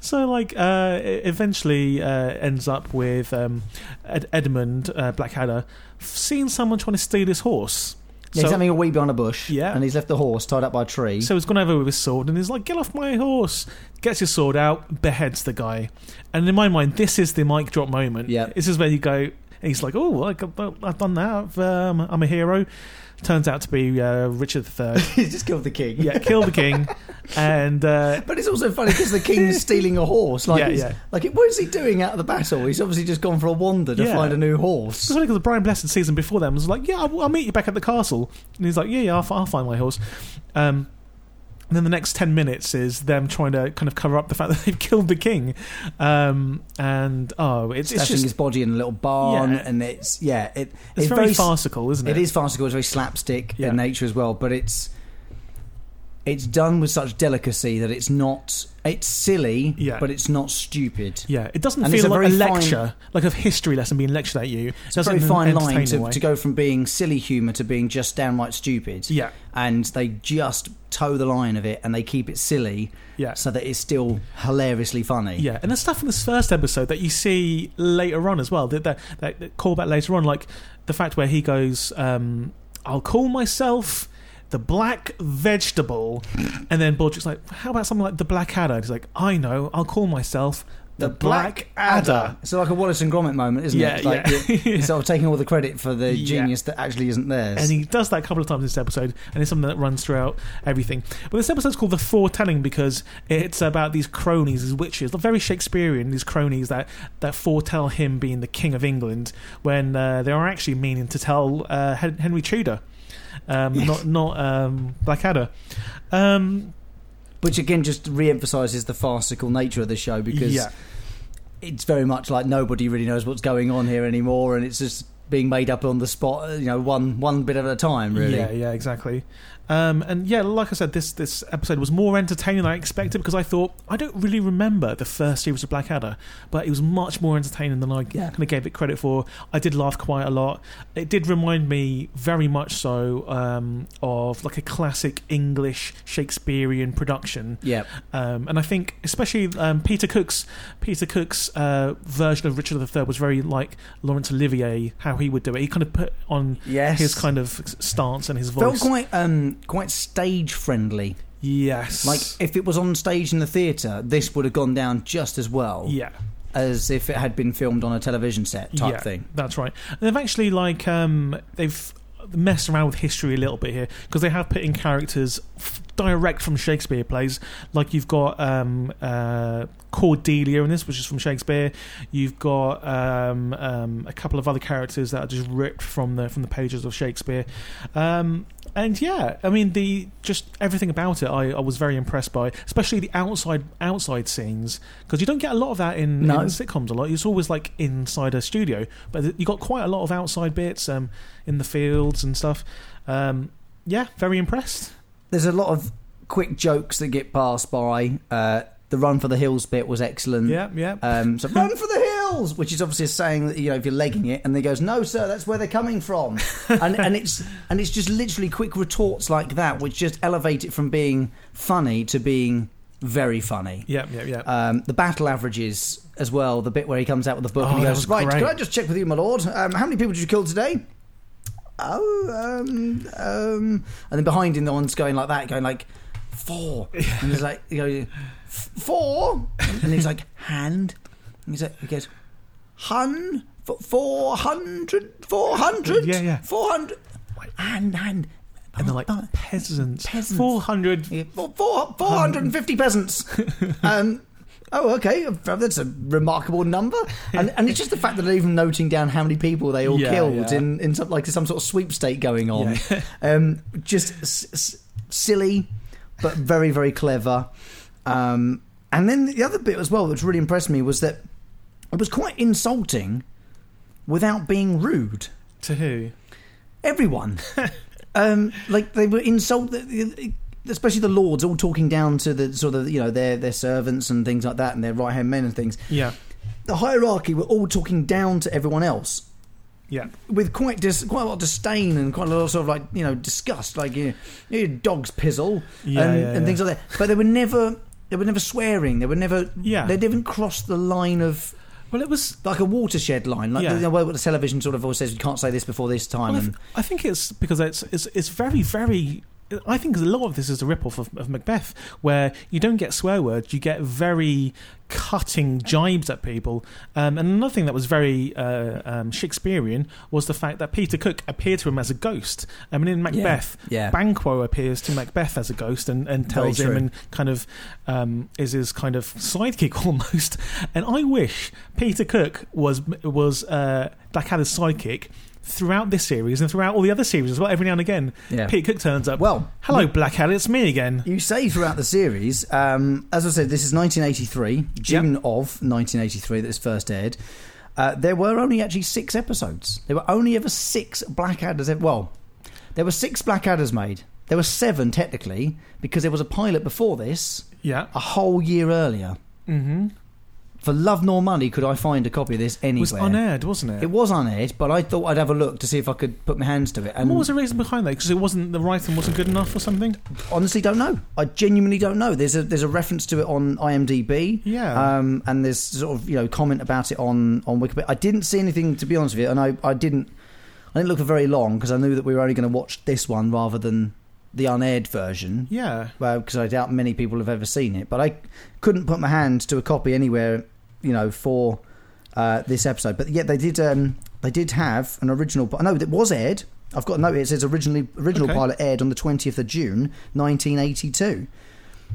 Speaker 3: So, like, uh, it eventually uh, ends up with um, Ed- Edmund uh, Blackadder f- seeing someone trying to steal his horse.
Speaker 2: Yeah,
Speaker 3: so,
Speaker 2: he's having a wee behind a bush.
Speaker 3: Yeah.
Speaker 2: And he's left the horse tied up by a tree. (laughs)
Speaker 3: so he's gone over with his sword and he's like, "Get off my horse!" Gets his sword out, beheads the guy. And in my mind, this is the mic drop moment.
Speaker 2: Yeah.
Speaker 3: this is where you go. And he's like, "Oh, I, I've done that. I've, um, I'm a hero." Turns out to be uh, Richard III.
Speaker 2: he's just killed the king.
Speaker 3: yeah, kill the king, and uh,
Speaker 2: (laughs) But it's also funny because the
Speaker 3: (laughs)
Speaker 2: king's stealing a horse. Like,
Speaker 3: Yeah,
Speaker 2: it's-
Speaker 3: yeah.
Speaker 2: like, what is he doing out of the battle? He's obviously just gone for a wander to
Speaker 3: Yeah.
Speaker 2: find a new horse.
Speaker 3: It's funny because Brian Blessed season before them was like, "Yeah, I'll, I'll meet you back at the castle," and he's like, "Yeah, yeah, I'll, fi- I'll find my horse." Um, and then the next ten minutes is them trying to kind of cover up the fact (laughs) that they've killed the king, um, and oh, it's
Speaker 2: Stashing
Speaker 3: it's just
Speaker 2: his body in a little barn,
Speaker 3: Yeah.
Speaker 2: and it's yeah, it,
Speaker 3: it's very, farcical, isn't it?
Speaker 2: It is farcical. It's very slapstick
Speaker 3: Yeah.
Speaker 2: in nature as well, but it's it's done with such delicacy that it's not. It's silly,
Speaker 3: Yeah.
Speaker 2: but it's not stupid.
Speaker 3: Yeah, it doesn't
Speaker 2: And it's
Speaker 3: feel
Speaker 2: a
Speaker 3: like a
Speaker 2: very fine-
Speaker 3: lecture, like a history lesson being lectured at you. It
Speaker 2: It's a
Speaker 3: doesn't
Speaker 2: very fine line
Speaker 3: entertain in
Speaker 2: to,
Speaker 3: a way.
Speaker 2: to go from being silly humour to being just downright stupid.
Speaker 3: Yeah.
Speaker 2: And they just toe the line of it and they keep it silly
Speaker 3: Yeah.
Speaker 2: so that it's still hilariously funny.
Speaker 3: Yeah, and there's stuff in this first episode that you see later on as well. That that, that, that callback later on, like the fact where he goes, um, "I'll call myself the Black Vegetable," and then Baldrick's like, "How about something like the Black Adder?" And he's like, "I know, I'll call myself the, Black, Adder."
Speaker 2: So like a Wallace and Gromit moment, isn't
Speaker 3: Yeah,
Speaker 2: it? Like
Speaker 3: yeah.
Speaker 2: you're- you're sort of taking all the credit for the
Speaker 3: Yeah.
Speaker 2: genius that actually isn't theirs.
Speaker 3: And he does that a couple of times in this episode, and it's something that runs throughout everything. But this episode's called The Foretelling because it's about these cronies, these witches, they're very Shakespearean, these cronies that, that foretell him being the King of England when uh, they are actually meaning to tell uh, Hen- Henry Tudor. Um, Not not um, Blackadder. Um,
Speaker 2: Which again just re-emphasises the farcical nature of the show because
Speaker 3: yeah,
Speaker 2: it's very much like nobody really knows what's going on here anymore and it's just being made up on the spot, you know, one one bit at a time really.
Speaker 3: yeah, yeah, exactly. Um, and yeah, like I said, this this episode was more entertaining than I expected because I thought I don't really remember the first series of Blackadder, but it was much more entertaining than I
Speaker 2: Yeah.
Speaker 3: kind of gave it credit for. I did laugh quite a lot. It did remind me very much so um, of like a classic English Shakespearean production.
Speaker 2: Yeah.
Speaker 3: Um, and I think, especially um, Peter Cook's Peter Cook's uh, version of Richard III was very like Laurence Olivier, how he would do it. He kind of put on
Speaker 2: Yes.
Speaker 3: his kind of stance and his
Speaker 2: felt
Speaker 3: voice.
Speaker 2: quite um quite stage friendly.
Speaker 3: yes,
Speaker 2: Like if it was on stage in the theatre, this would have gone down just as well
Speaker 3: yeah,
Speaker 2: as if it had been filmed on a television set type
Speaker 3: yeah,
Speaker 2: thing.
Speaker 3: That's right. And they've actually like um, they've messed around with history a little bit here because they have put in characters f- direct from Shakespeare plays. Like you've got um, uh, Cordelia in this, which is from Shakespeare. You've got um, um, a couple of other characters that are just ripped from the from the pages of Shakespeare. Um, and yeah, I mean the just everything about it, I, I was very impressed by, especially the outside outside scenes because you don't get a lot of that in,
Speaker 2: No.
Speaker 3: in sitcoms a lot. It's always like inside a studio, but you got quite a lot of outside bits um, in the fields and stuff. Um, yeah, very impressed.
Speaker 2: There's a lot of quick jokes that get passed by. Uh, the run for the hills bit was excellent.
Speaker 3: Yeah, yeah.
Speaker 2: Um,
Speaker 3: (laughs)
Speaker 2: so run for the hills, which is obviously saying that you know if you're legging it, and they goes, no, sir, that's where they're coming
Speaker 3: (laughs)
Speaker 2: from, and and it's and it's just literally quick retorts like that, which just elevate it from being funny to being very funny.
Speaker 3: yeah, yeah, yeah.
Speaker 2: Um, the battle averages as well. The bit where he comes out with the book
Speaker 3: Oh,
Speaker 2: and he
Speaker 3: that
Speaker 2: goes,
Speaker 3: was
Speaker 2: "Right,
Speaker 3: great.
Speaker 2: can I just check with you, my lord? Um, how many people did you kill today?" Oh, um, um, and then behind him, the one's going like that, going like
Speaker 3: (laughs)
Speaker 2: four, and he's like, he goes, "F- four, and he's like hand, and he's like, he goes, hun, f- four hundred, four hundred,
Speaker 3: Yeah, yeah.
Speaker 2: four hundred, hand, hand,
Speaker 3: and they're like
Speaker 2: oh,
Speaker 3: peasants,
Speaker 2: peasants.
Speaker 3: four hundred.
Speaker 2: yeah, Four, four, 450
Speaker 3: (laughs)
Speaker 2: peasants. Um, oh, okay. That's a remarkable number. And, and it's just the fact that they're even noting down how many people they all
Speaker 3: Yeah,
Speaker 2: killed
Speaker 3: yeah.
Speaker 2: in, in some, like some sort of sweepstake going on. (laughs) um, just s- s- silly, but very, very clever. Um, and then the other bit as well, which really impressed me, was that it was quite insulting without being rude
Speaker 3: To who? (laughs)
Speaker 2: everyone. um, like they were insult, especially the lords, all talking down to the sort of you know their their servants and things like that, and their right hand men and things.
Speaker 3: Yeah,
Speaker 2: The hierarchy were all talking down to everyone else
Speaker 3: yeah.
Speaker 2: with quite dis- quite a lot of disdain and quite a lot of sort of like you know disgust, like you know, your dogs pizzle
Speaker 3: Yeah,
Speaker 2: and,
Speaker 3: yeah,
Speaker 2: and things
Speaker 3: yeah.
Speaker 2: like that. But they were never. They were never swearing. They were never.
Speaker 3: Yeah.
Speaker 2: They didn't cross the line of
Speaker 3: Well, it was.
Speaker 2: like a watershed line, like
Speaker 3: Yeah.
Speaker 2: the, the way the television sort of always says, "You can't say this before this time."
Speaker 3: Well, I,
Speaker 2: and
Speaker 3: th- I think it's because it's it's, it's very very. I think a lot of this is a rip-off of, of Macbeth, where you don't get swear words, you get very cutting jibes at people. Um, and another thing that was very uh, um, Shakespearean was the fact that Peter Cook appeared to him as a ghost. I mean, in Macbeth,
Speaker 2: yeah.
Speaker 3: Banquo appears to Macbeth as a ghost and, and
Speaker 2: Very
Speaker 3: tells him
Speaker 2: true.
Speaker 3: and kind of um, is his kind of sidekick (laughs) almost. And I wish Peter Cook was was uh, Blackadder's sidekick throughout this series and throughout all the other series as well. Every now and again,
Speaker 2: Yeah.
Speaker 3: Peter Cook turns up.
Speaker 2: Well,
Speaker 3: hello Blackadder, it's me again.
Speaker 2: You say throughout the series, um, as I said, this is 1983, June of 1983 that this first aired. Uh, there were only actually six e, episodes. There were only ever six Blackadders. ev- Well, there were six Blackadders made. There were seven technically because there was a pilot before this
Speaker 3: Yeah.
Speaker 2: a whole year earlier.
Speaker 3: Mm-hmm.
Speaker 2: For love nor money could I find a copy of this
Speaker 3: It was
Speaker 2: anywhere.
Speaker 3: unaired, wasn't it?
Speaker 2: It was unaired, but I thought I'd have a look to see if I could put my hands to it. And
Speaker 3: what was the reason behind that? Because it wasn't the writing wasn't good enough or something.
Speaker 2: honestly, don't know. I genuinely don't know. There's a there's a reference to it on IMDb.
Speaker 3: Yeah.
Speaker 2: Um, and there's sort of you know comment about it on on Wikipedia. I didn't see anything to be honest with you, and I I didn't I didn't look for very long because I knew that we were only going to watch this one rather than the unaired version.
Speaker 3: Yeah.
Speaker 2: Well, because I doubt many people have ever seen it, but I couldn't put my hands to a copy anywhere, you know, for uh, this episode. But yet they did, um, they did have an original. pi- No, it was aired. I've got a note. here. It says originally original
Speaker 3: Okay.
Speaker 2: pilot aired on the twentieth of June, nineteen eighty two.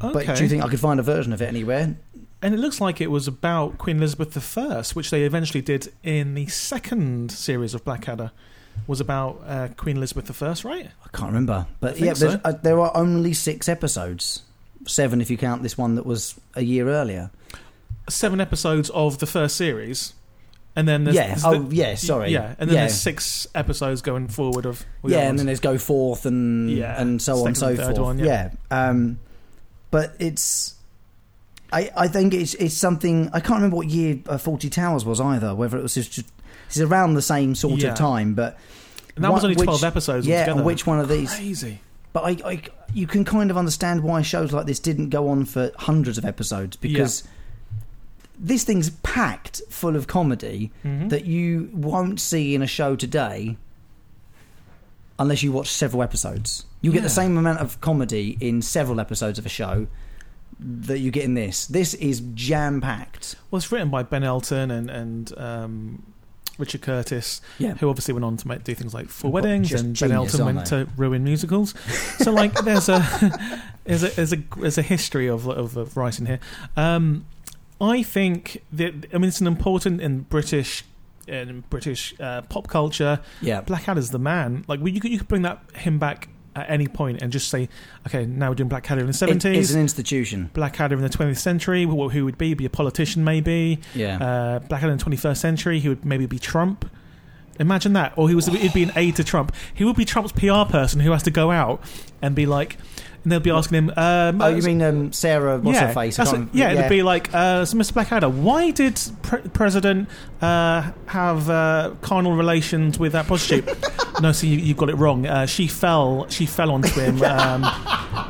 Speaker 3: Okay.
Speaker 2: But do you think I could find a version of it anywhere?
Speaker 3: and it looks like it was about Queen Elizabeth I, which they eventually did in the second series of Blackadder, was about uh, Queen Elizabeth I, right?
Speaker 2: I can't remember. But
Speaker 3: think
Speaker 2: yeah, there's-
Speaker 3: so.
Speaker 2: uh, there are only six episodes, seven if you count this one that was a year earlier.
Speaker 3: Seven episodes of the first series, and then there's,
Speaker 2: yeah.
Speaker 3: there's
Speaker 2: Oh,
Speaker 3: the-
Speaker 2: yeah. Sorry.
Speaker 3: yeah, and then there's six episodes going forward of all the
Speaker 2: yeah,
Speaker 3: other
Speaker 2: and then
Speaker 3: ones.
Speaker 2: there's go forth and
Speaker 3: Yeah,
Speaker 2: and so on and so
Speaker 3: second and third
Speaker 2: forth.
Speaker 3: one,
Speaker 2: yeah.
Speaker 3: yeah.
Speaker 2: Um, but it's, I I think it's it's something I can't remember what year uh, Forty Towers was either. Whether it was just, it's around the same sort
Speaker 3: Yeah.
Speaker 2: of time, but
Speaker 3: And that was
Speaker 2: one-
Speaker 3: only twelve
Speaker 2: which-
Speaker 3: episodes.
Speaker 2: yeah,
Speaker 3: altogether.
Speaker 2: and which one of these?
Speaker 3: crazy?
Speaker 2: But I, I you can kind of understand why shows like this didn't go on for hundreds of episodes because this thing's packed full of comedy
Speaker 3: Mhm.
Speaker 2: that you won't see in a show today unless you watch several episodes. You get the
Speaker 3: Yeah.
Speaker 2: same amount of comedy in several episodes of a show that you get in this. This is jam packed.
Speaker 3: Well, it's written by Ben Elton and and um, Richard Curtis,
Speaker 2: Yeah.
Speaker 3: who obviously went on to make, do things like Four
Speaker 2: Well,
Speaker 3: Weddings,
Speaker 2: just
Speaker 3: and Ben
Speaker 2: genius,
Speaker 3: Elton went
Speaker 2: aren't
Speaker 3: to ruin musicals.
Speaker 2: (laughs)
Speaker 3: So like, there's a (laughs) there's a there's a there's a history of of, of writing here. Um, I think that I mean it's an important in British in British uh, pop culture.
Speaker 2: Yeah.
Speaker 3: Blackadder's the man. Like we, you could you could bring that him back at any point and just say, okay, now we're doing Blackadder in the
Speaker 2: It is
Speaker 3: seventies.
Speaker 2: an institution.
Speaker 3: Blackadder in the 20th century, wh- who would be? Be a politician, maybe.
Speaker 2: Yeah.
Speaker 3: Uh, Blackadder in the 21st century, he would maybe be Trump. Imagine that. Or he was, he'd be an aide to Trump. He would be Trump's PR person who has to go out and be like, and they'll be asking him, um,
Speaker 2: oh, you mean um, Sarah, what's
Speaker 3: yeah,
Speaker 2: her face? I
Speaker 3: that's
Speaker 2: can't-
Speaker 3: it. yeah, it'd be like, uh, so Mr. Blackadder, why did pre- President uh, have uh, carnal relations with that
Speaker 2: (laughs)
Speaker 3: prostitute? no, so you, you got it wrong. Uh, she fell. She fell onto
Speaker 2: (laughs)
Speaker 3: him, um,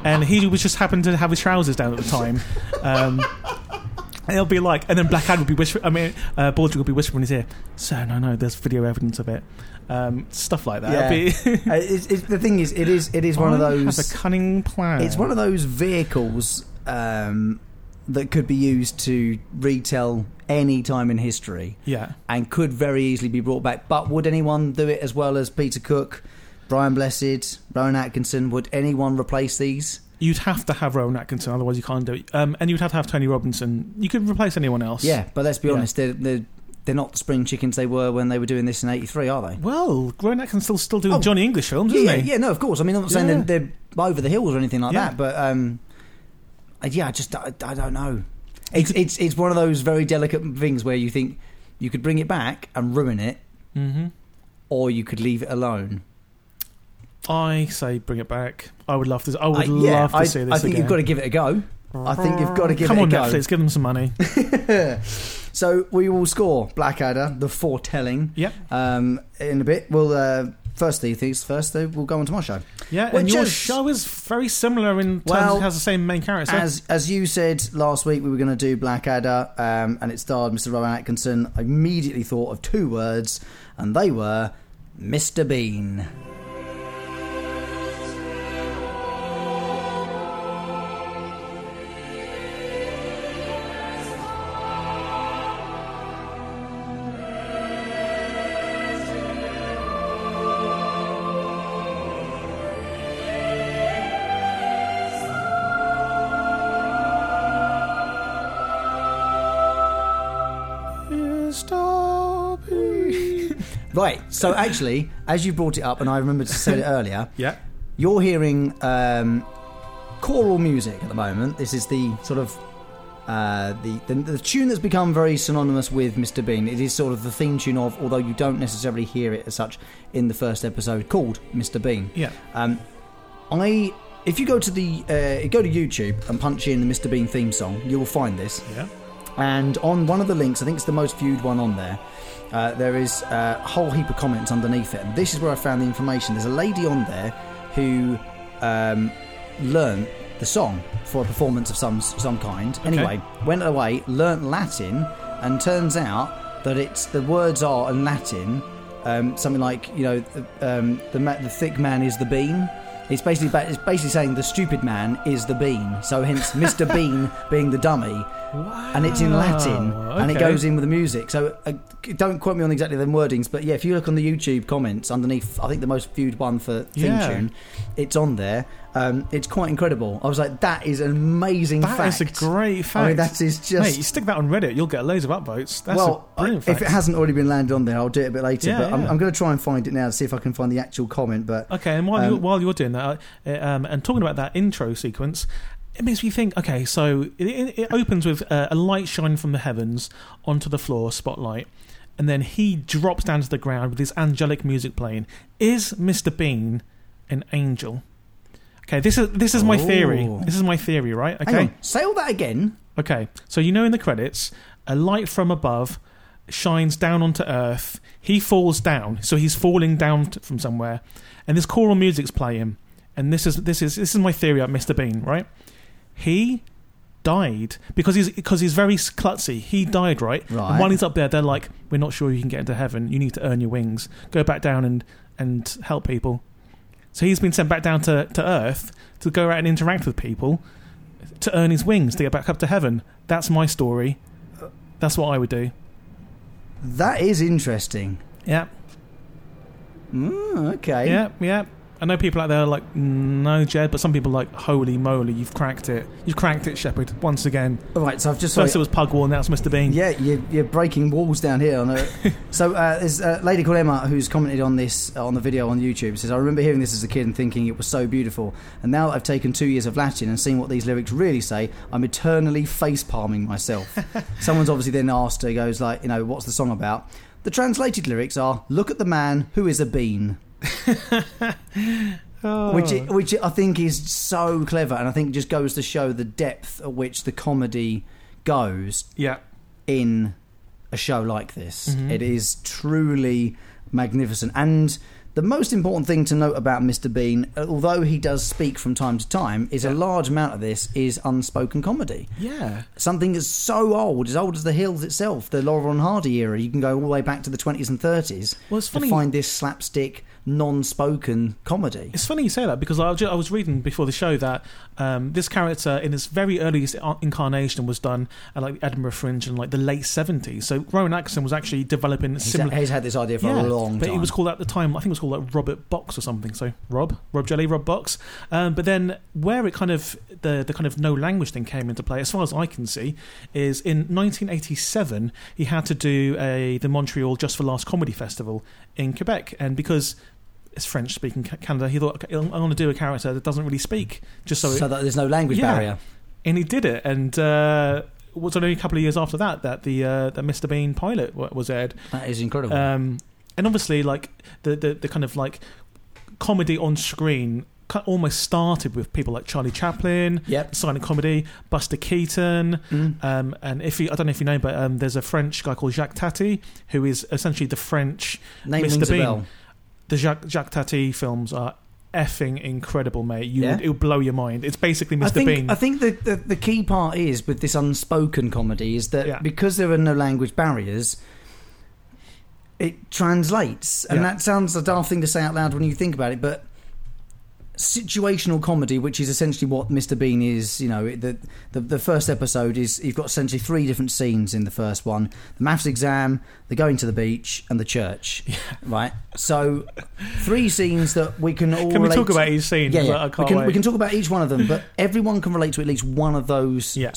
Speaker 3: and he was just happened to have his trousers down at the time. Um, and it'll be like, and then Blackadder would be whispering. I mean, uh, Baldrick would be whispering in his ear. So no, no, there's video evidence of it. Um, stuff like that. It'll be- (laughs)
Speaker 2: Uh, it's, it's, the thing is, it is it is one of
Speaker 3: I have
Speaker 2: those.
Speaker 3: a cunning plan.
Speaker 2: It's one of those vehicles um, that could be used to retell any time in history
Speaker 3: yeah.
Speaker 2: and could very easily be brought back. But would anyone do it as well as Peter Cook, Brian Blessed, Rowan Atkinson? Would anyone replace these?
Speaker 3: You'd have to have Rowan Atkinson, otherwise you can't do it. Um, and you'd have to have Tony Robinson. You could replace anyone else.
Speaker 2: Yeah, but let's be
Speaker 3: Yeah.
Speaker 2: honest, they're, they're, they're not the spring chickens they were when they were doing this in 83, are they?
Speaker 3: Well, Rowan Atkinson's still still doing
Speaker 2: Oh.
Speaker 3: Johnny English films, isn't
Speaker 2: Yeah,
Speaker 3: he?
Speaker 2: yeah, no, of course. I mean, I'm not saying
Speaker 3: Yeah.
Speaker 2: they're, they're over the hills or anything like
Speaker 3: Yeah.
Speaker 2: that, but um, I- yeah, I just I, I don't know. It's it's it's one of those very delicate things where you think you could bring it back and ruin it,
Speaker 3: Mm-hmm.
Speaker 2: or you could leave it alone.
Speaker 3: I say bring it back. I would love this. I would
Speaker 2: I-
Speaker 3: love
Speaker 2: yeah,
Speaker 3: to
Speaker 2: I,
Speaker 3: see this
Speaker 2: I think
Speaker 3: again.
Speaker 2: you've got to give it a go. I think you've got to give
Speaker 3: Come
Speaker 2: it a
Speaker 3: on,
Speaker 2: go.
Speaker 3: Netflix, give them
Speaker 2: (laughs)
Speaker 3: some money.
Speaker 2: So we will score Blackadder, the foretelling,
Speaker 3: yep.
Speaker 2: um, in a bit. We'll uh, firstly things first. Though we'll go on to my show.
Speaker 3: Yeah,
Speaker 2: Which
Speaker 3: and your
Speaker 2: is-
Speaker 3: show is very similar in terms
Speaker 2: Well,
Speaker 3: it has the same main character.
Speaker 2: As as you said last week, we were going to do Blackadder, um, and it starred Mr. Rowan Atkinson. I immediately thought of two words, and they were Mr. Bean. Right. So actually, as you brought it up, and I remembered to say it earlier,
Speaker 3: yeah.
Speaker 2: you're hearing um, choral music at the moment. This is the sort of uh, the, the the tune that's become very synonymous with Mr. Bean. It is sort of the theme tune of, although you don't necessarily hear it as such in the first episode, called Mr. Bean.
Speaker 3: Yeah.
Speaker 2: Um, I if you go to the uh, go to YouTube and punch in the Mr Bean theme song, you will find this.
Speaker 3: Yeah.
Speaker 2: And on one of the links, I think it's the most viewed one on there. Uh, there is uh, a whole heap of comments underneath it, and this is where I found the information. There's a lady on there who um, learned the song for a performance of some some kind. Anyway, went away, learnt Latin, and turns out that it's the words are in Latin um, something like you know the, um, the ma- the thick man is the bean. It's basically ba- it's basically saying the stupid man is the bean. So hence Mr. Bean being the dummy, and it's in Latin,
Speaker 3: Wow,
Speaker 2: and it
Speaker 3: Oh, okay.
Speaker 2: goes in with the music. So uh, don't quote me on exactly the wordings, but yeah, if you look on the YouTube comments underneath, I think the most viewed one for theme
Speaker 3: Yeah.
Speaker 2: tune, it's on there. Um, it's quite incredible. I was like, that is an amazing
Speaker 3: That
Speaker 2: fact.
Speaker 3: is a great fact.
Speaker 2: I mean, that is just
Speaker 3: Mate, you stick that on Reddit, you'll get loads of upvotes. That's
Speaker 2: well,
Speaker 3: a brilliant
Speaker 2: I-
Speaker 3: fact.
Speaker 2: if it hasn't already been landed on there, I'll do it a bit later.
Speaker 3: Yeah,
Speaker 2: but I'm,
Speaker 3: yeah.
Speaker 2: I'm going to try and find it now to see if I can find the actual comment. But
Speaker 3: Okay, and while,
Speaker 2: Um,
Speaker 3: you, while you're doing that, uh, um, and talking about that intro sequence, it makes me think. Okay, so it, it, it opens with uh, a light shining from the heavens onto the floor, spotlight, and then he drops down to the ground with his angelic music playing. Is Mr. Bean an angel? Okay, this is this is my theory.
Speaker 2: Ooh.
Speaker 3: This is my theory, right? Okay,
Speaker 2: Oh. hang on, say all that again.
Speaker 3: Okay, so you know in the credits, a light from above shines down onto Earth. He falls down, so he's falling down t- from somewhere, and this choral music's playing. And this is this is this is my theory about Mr. Bean, right? He died because he's because he's very s- klutzy. He died, right?
Speaker 2: Right.
Speaker 3: And while he's up there, they're like, "We're not sure you can get into heaven. You need to earn your wings. Go back down and and help people." So he's been sent back down to, to Earth to go out and interact with people to earn his wings to get back up to heaven. That's my story. That's what I would do.
Speaker 2: That is interesting.
Speaker 3: Yeah,
Speaker 2: Mm, okay.
Speaker 3: yeah, yeah. I know people out there are like, "Mm, no, Jed, but some people are like, holy moly, you've cracked it. You've cracked it, Shepard, once again.
Speaker 2: All right. So I've just
Speaker 3: First it was Pugwall, now it's Mr. Bean.
Speaker 2: Yeah, you're, you're breaking walls down here. On a, so uh, there's a lady called Emma who's commented on this uh, on the video on YouTube. Says I remember hearing this as a kid and thinking it was so beautiful. And now that I've taken two years of Latin and seen what these lyrics really say, I'm eternally face palming myself. Someone's obviously then asked her, goes like, you know, what's the song about? The translated lyrics are, "Look at the man who is a bean." Which, i- which I think is so clever, and I think just goes to show the depth at which the comedy goes
Speaker 3: Yeah.
Speaker 2: in a show like this.
Speaker 3: Mm-hmm.
Speaker 2: It is truly magnificent. And the most important thing to note about Mr. Bean, uh, although he does speak from time to time, is a large amount of this is unspoken comedy.
Speaker 3: Yeah.
Speaker 2: Something that's so old, as old as The Hills itself, the Laurel and Hardy era. You can go all the way back to the 20s and 30s
Speaker 3: Well, it's
Speaker 2: to
Speaker 3: funny-
Speaker 2: find this slapstick, non spoken comedy.
Speaker 3: It's funny you say that because I, ju- I was reading before the show that um, this character in its very earliest in- incarnation was done at like Edinburgh Fringe in like the late 70s. So Rowan Atkinson was actually developing
Speaker 2: He's,
Speaker 3: similar.
Speaker 2: he's had this idea for
Speaker 3: Yeah,
Speaker 2: a long
Speaker 3: but
Speaker 2: time.
Speaker 3: it was called at the time. I think it was called like Robert Box or something. So Rob, Rob Jelly, Rob Box. Um, but then where it kind of the the kind of no language thing came into play, as far as I can see, is in 1987 he had to do a the Montreal Just for Last Comedy Festival in Quebec, and because it's French speaking Canada, he thought okay, I'm going to do a character that doesn't really speak, just so,
Speaker 2: so,
Speaker 3: it,
Speaker 2: that there's no language
Speaker 3: Yeah.
Speaker 2: barrier.
Speaker 3: and he did it. And uh, it was only a couple of years after that that the uh, that Mr Bean pilot wa- was aired.
Speaker 2: That is incredible.
Speaker 3: Um, and obviously, like the, the the kind of like comedy on screen ki- almost started with people like Charlie Chaplin,
Speaker 2: Yep.
Speaker 3: silent comedy, Buster Keaton,
Speaker 2: Mm.
Speaker 3: um, and if you I don't know if you know, but um, there's a French guy called Jacques Tati who is essentially the French
Speaker 2: Name
Speaker 3: Mr.
Speaker 2: rings a
Speaker 3: Bean.
Speaker 2: bell.
Speaker 3: The Jacques, Jacques Tati films are effing incredible, mate. You
Speaker 2: Yeah?
Speaker 3: would, it would blow your mind. It's basically Mr.
Speaker 2: I think,
Speaker 3: Bean.
Speaker 2: I think the, the, the key part is with this unspoken comedy is that
Speaker 3: Yeah.
Speaker 2: because there are no language barriers, it translates. And
Speaker 3: Yeah.
Speaker 2: that sounds a daft thing to say out loud when you think about it, but situational comedy, which is essentially what Mr. Bean is, you know, it- the, the, the first episode is you've got essentially three different scenes in the first one the maths exam, the going to the beach, and the
Speaker 3: (laughs)
Speaker 2: church. Right? So, three scenes that we can all
Speaker 3: can we
Speaker 2: relate
Speaker 3: talk
Speaker 2: to.
Speaker 3: about each scene?
Speaker 2: Yeah,
Speaker 3: I
Speaker 2: yeah. We,
Speaker 3: can't
Speaker 2: can,
Speaker 3: wait.
Speaker 2: we can talk about each one of them,
Speaker 3: (laughs)
Speaker 2: but everyone can relate to at least one of those
Speaker 3: Yeah. Mm-hmm.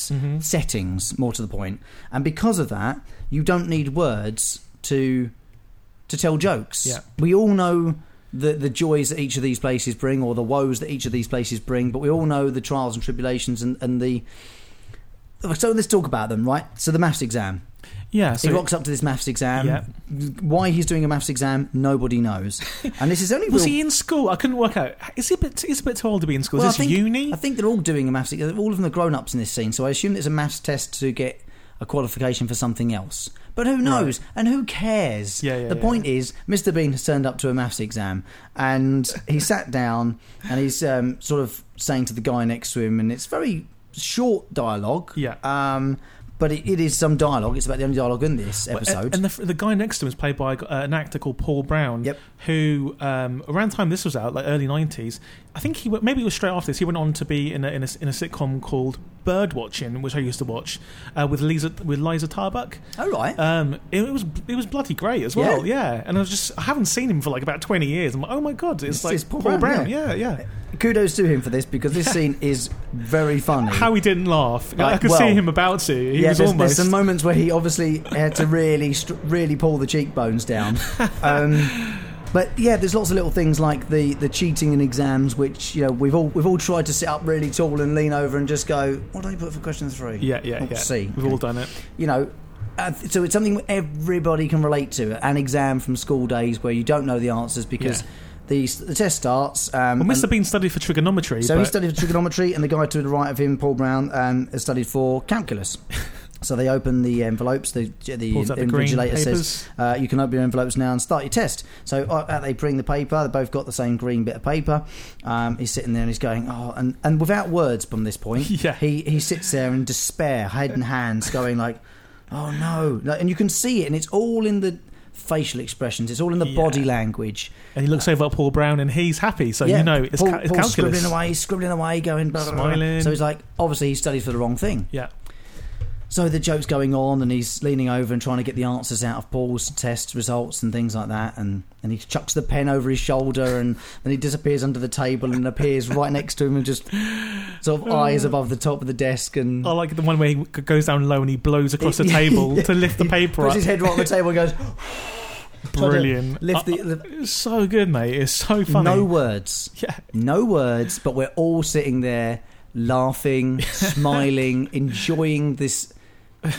Speaker 2: scenes, settings, more to the point. And because of that, you don't need words to to tell jokes.
Speaker 3: Yeah.
Speaker 2: We all know the the joys that each of these places bring, or the woes that each of these places bring, but we all know the trials and tribulations and, and the. So let's talk about them, right? So the maths exam.
Speaker 3: Yeah,
Speaker 2: he
Speaker 3: so
Speaker 2: rocks up to this maths exam.
Speaker 3: Yeah.
Speaker 2: Why he's doing a maths exam, nobody knows. And this is
Speaker 3: (laughs)
Speaker 2: only
Speaker 3: was
Speaker 2: real-
Speaker 3: he in school? I couldn't work out. Is he a bit? Is a bit too old to be in school?
Speaker 2: Well,
Speaker 3: is
Speaker 2: I
Speaker 3: this
Speaker 2: think,
Speaker 3: uni?
Speaker 2: I think they're all doing a maths. All of them are grown-ups in this scene, so I assume it's a maths test to get a qualification for something else. But who knows? And who cares?
Speaker 3: Yeah, yeah,
Speaker 2: the
Speaker 3: yeah.
Speaker 2: point is, Mr. Bean has turned up to a maths exam, and
Speaker 3: (laughs)
Speaker 2: he sat down, and he's um, sort of saying to the guy next to him, and it's very short dialogue.
Speaker 3: Yeah.
Speaker 2: Um, but it, it is some dialogue. It's about the only dialogue in this episode.
Speaker 3: uh, And the, the guy next to him is played by uh, an actor called Paul Brown,
Speaker 2: Yep.
Speaker 3: who um, around the time this was out, like early nineties, I think he went, maybe it was straight after this. He went on to be in a, in a, in a sitcom called Bird Watching, which I used to watch uh, with Lisa with Liza Tarbuck.
Speaker 2: all right.
Speaker 3: Um, it, was it was bloody great as well, yeah. And I was just I haven't seen him for like about twenty years. I'm like, oh my god, it's,
Speaker 2: It's-
Speaker 3: like
Speaker 2: it's Paul
Speaker 3: Paul,
Speaker 2: Brown,
Speaker 3: Brown, yeah, yeah.
Speaker 2: Kudos to him for this because
Speaker 3: (laughs)
Speaker 2: this scene is very funny.
Speaker 3: How he didn't laugh, I
Speaker 2: Like,
Speaker 3: could
Speaker 2: well,
Speaker 3: see him about to. He
Speaker 2: yeah,
Speaker 3: was
Speaker 2: there's, there's
Speaker 3: almost
Speaker 2: some moments where he obviously had to really, str- really pull the cheekbones
Speaker 3: (laughs)
Speaker 2: down. Um, but yeah, there's lots of little things like the the cheating in exams, which you know we've all we've all tried to sit up really tall and lean over and just go, what do I put for question three?
Speaker 3: yeah, yeah,
Speaker 2: Oh,
Speaker 3: yeah.
Speaker 2: C.
Speaker 3: We've all done it.
Speaker 2: You know. Uh, so it's something everybody can relate to. An exam from school days where you don't know the answers because
Speaker 3: Yeah.
Speaker 2: the the test starts. Um, and-
Speaker 3: Well, Mr. Bean studied for trigonometry.
Speaker 2: so he
Speaker 3: but-
Speaker 2: studied trigonometry, and the guy to the right of him, Paul Brown, um, has studied for calculus. So they open the envelopes. The the,
Speaker 3: Pulls out the green
Speaker 2: invigilator says,
Speaker 3: papers.
Speaker 2: uh, "You can open your envelopes now and start your test." So uh, out they bring the paper. They both got the same green bit of paper. Um, he's sitting there and he's going, "Oh," and, and without words from this point,
Speaker 3: (laughs) Yeah.
Speaker 2: he he sits there in despair, head in hands, going like, "Oh no!" Like, And you can see it, and it's all in the facial expressions. It's all in the
Speaker 3: Yeah.
Speaker 2: body language.
Speaker 3: And he looks over at Paul Brown and he's happy. So, you know, it's,
Speaker 2: Paul,
Speaker 3: ca- it's
Speaker 2: Paul's
Speaker 3: calculus.
Speaker 2: scribbling away, scribbling away, going blah, blah, blah.
Speaker 3: Smiling.
Speaker 2: So he's like, obviously, he studied for the wrong thing.
Speaker 3: Yeah.
Speaker 2: So the joke's going on, and he's leaning over and trying to get the answers out of Paul's test results and things like that. And and he chucks the pen over his shoulder, and then he disappears under the table and appears right next to him, and just sort
Speaker 3: (laughs)
Speaker 2: of eyes above the top of the desk, and
Speaker 3: I like the one where he g- goes down low and he blows across the
Speaker 2: (laughs)
Speaker 3: table to lift the paper
Speaker 2: puts
Speaker 3: up.
Speaker 2: his head right on the table
Speaker 3: (laughs)
Speaker 2: and goes, trying to
Speaker 3: Brilliant.
Speaker 2: Lift the,
Speaker 3: Uh,
Speaker 2: lift-
Speaker 3: it's so good, mate. It's so funny.
Speaker 2: no words. (laughs)
Speaker 3: (laughs) yeah.
Speaker 2: No words, but we're all sitting there
Speaker 3: (laughs)
Speaker 2: laughing, smiling, enjoying this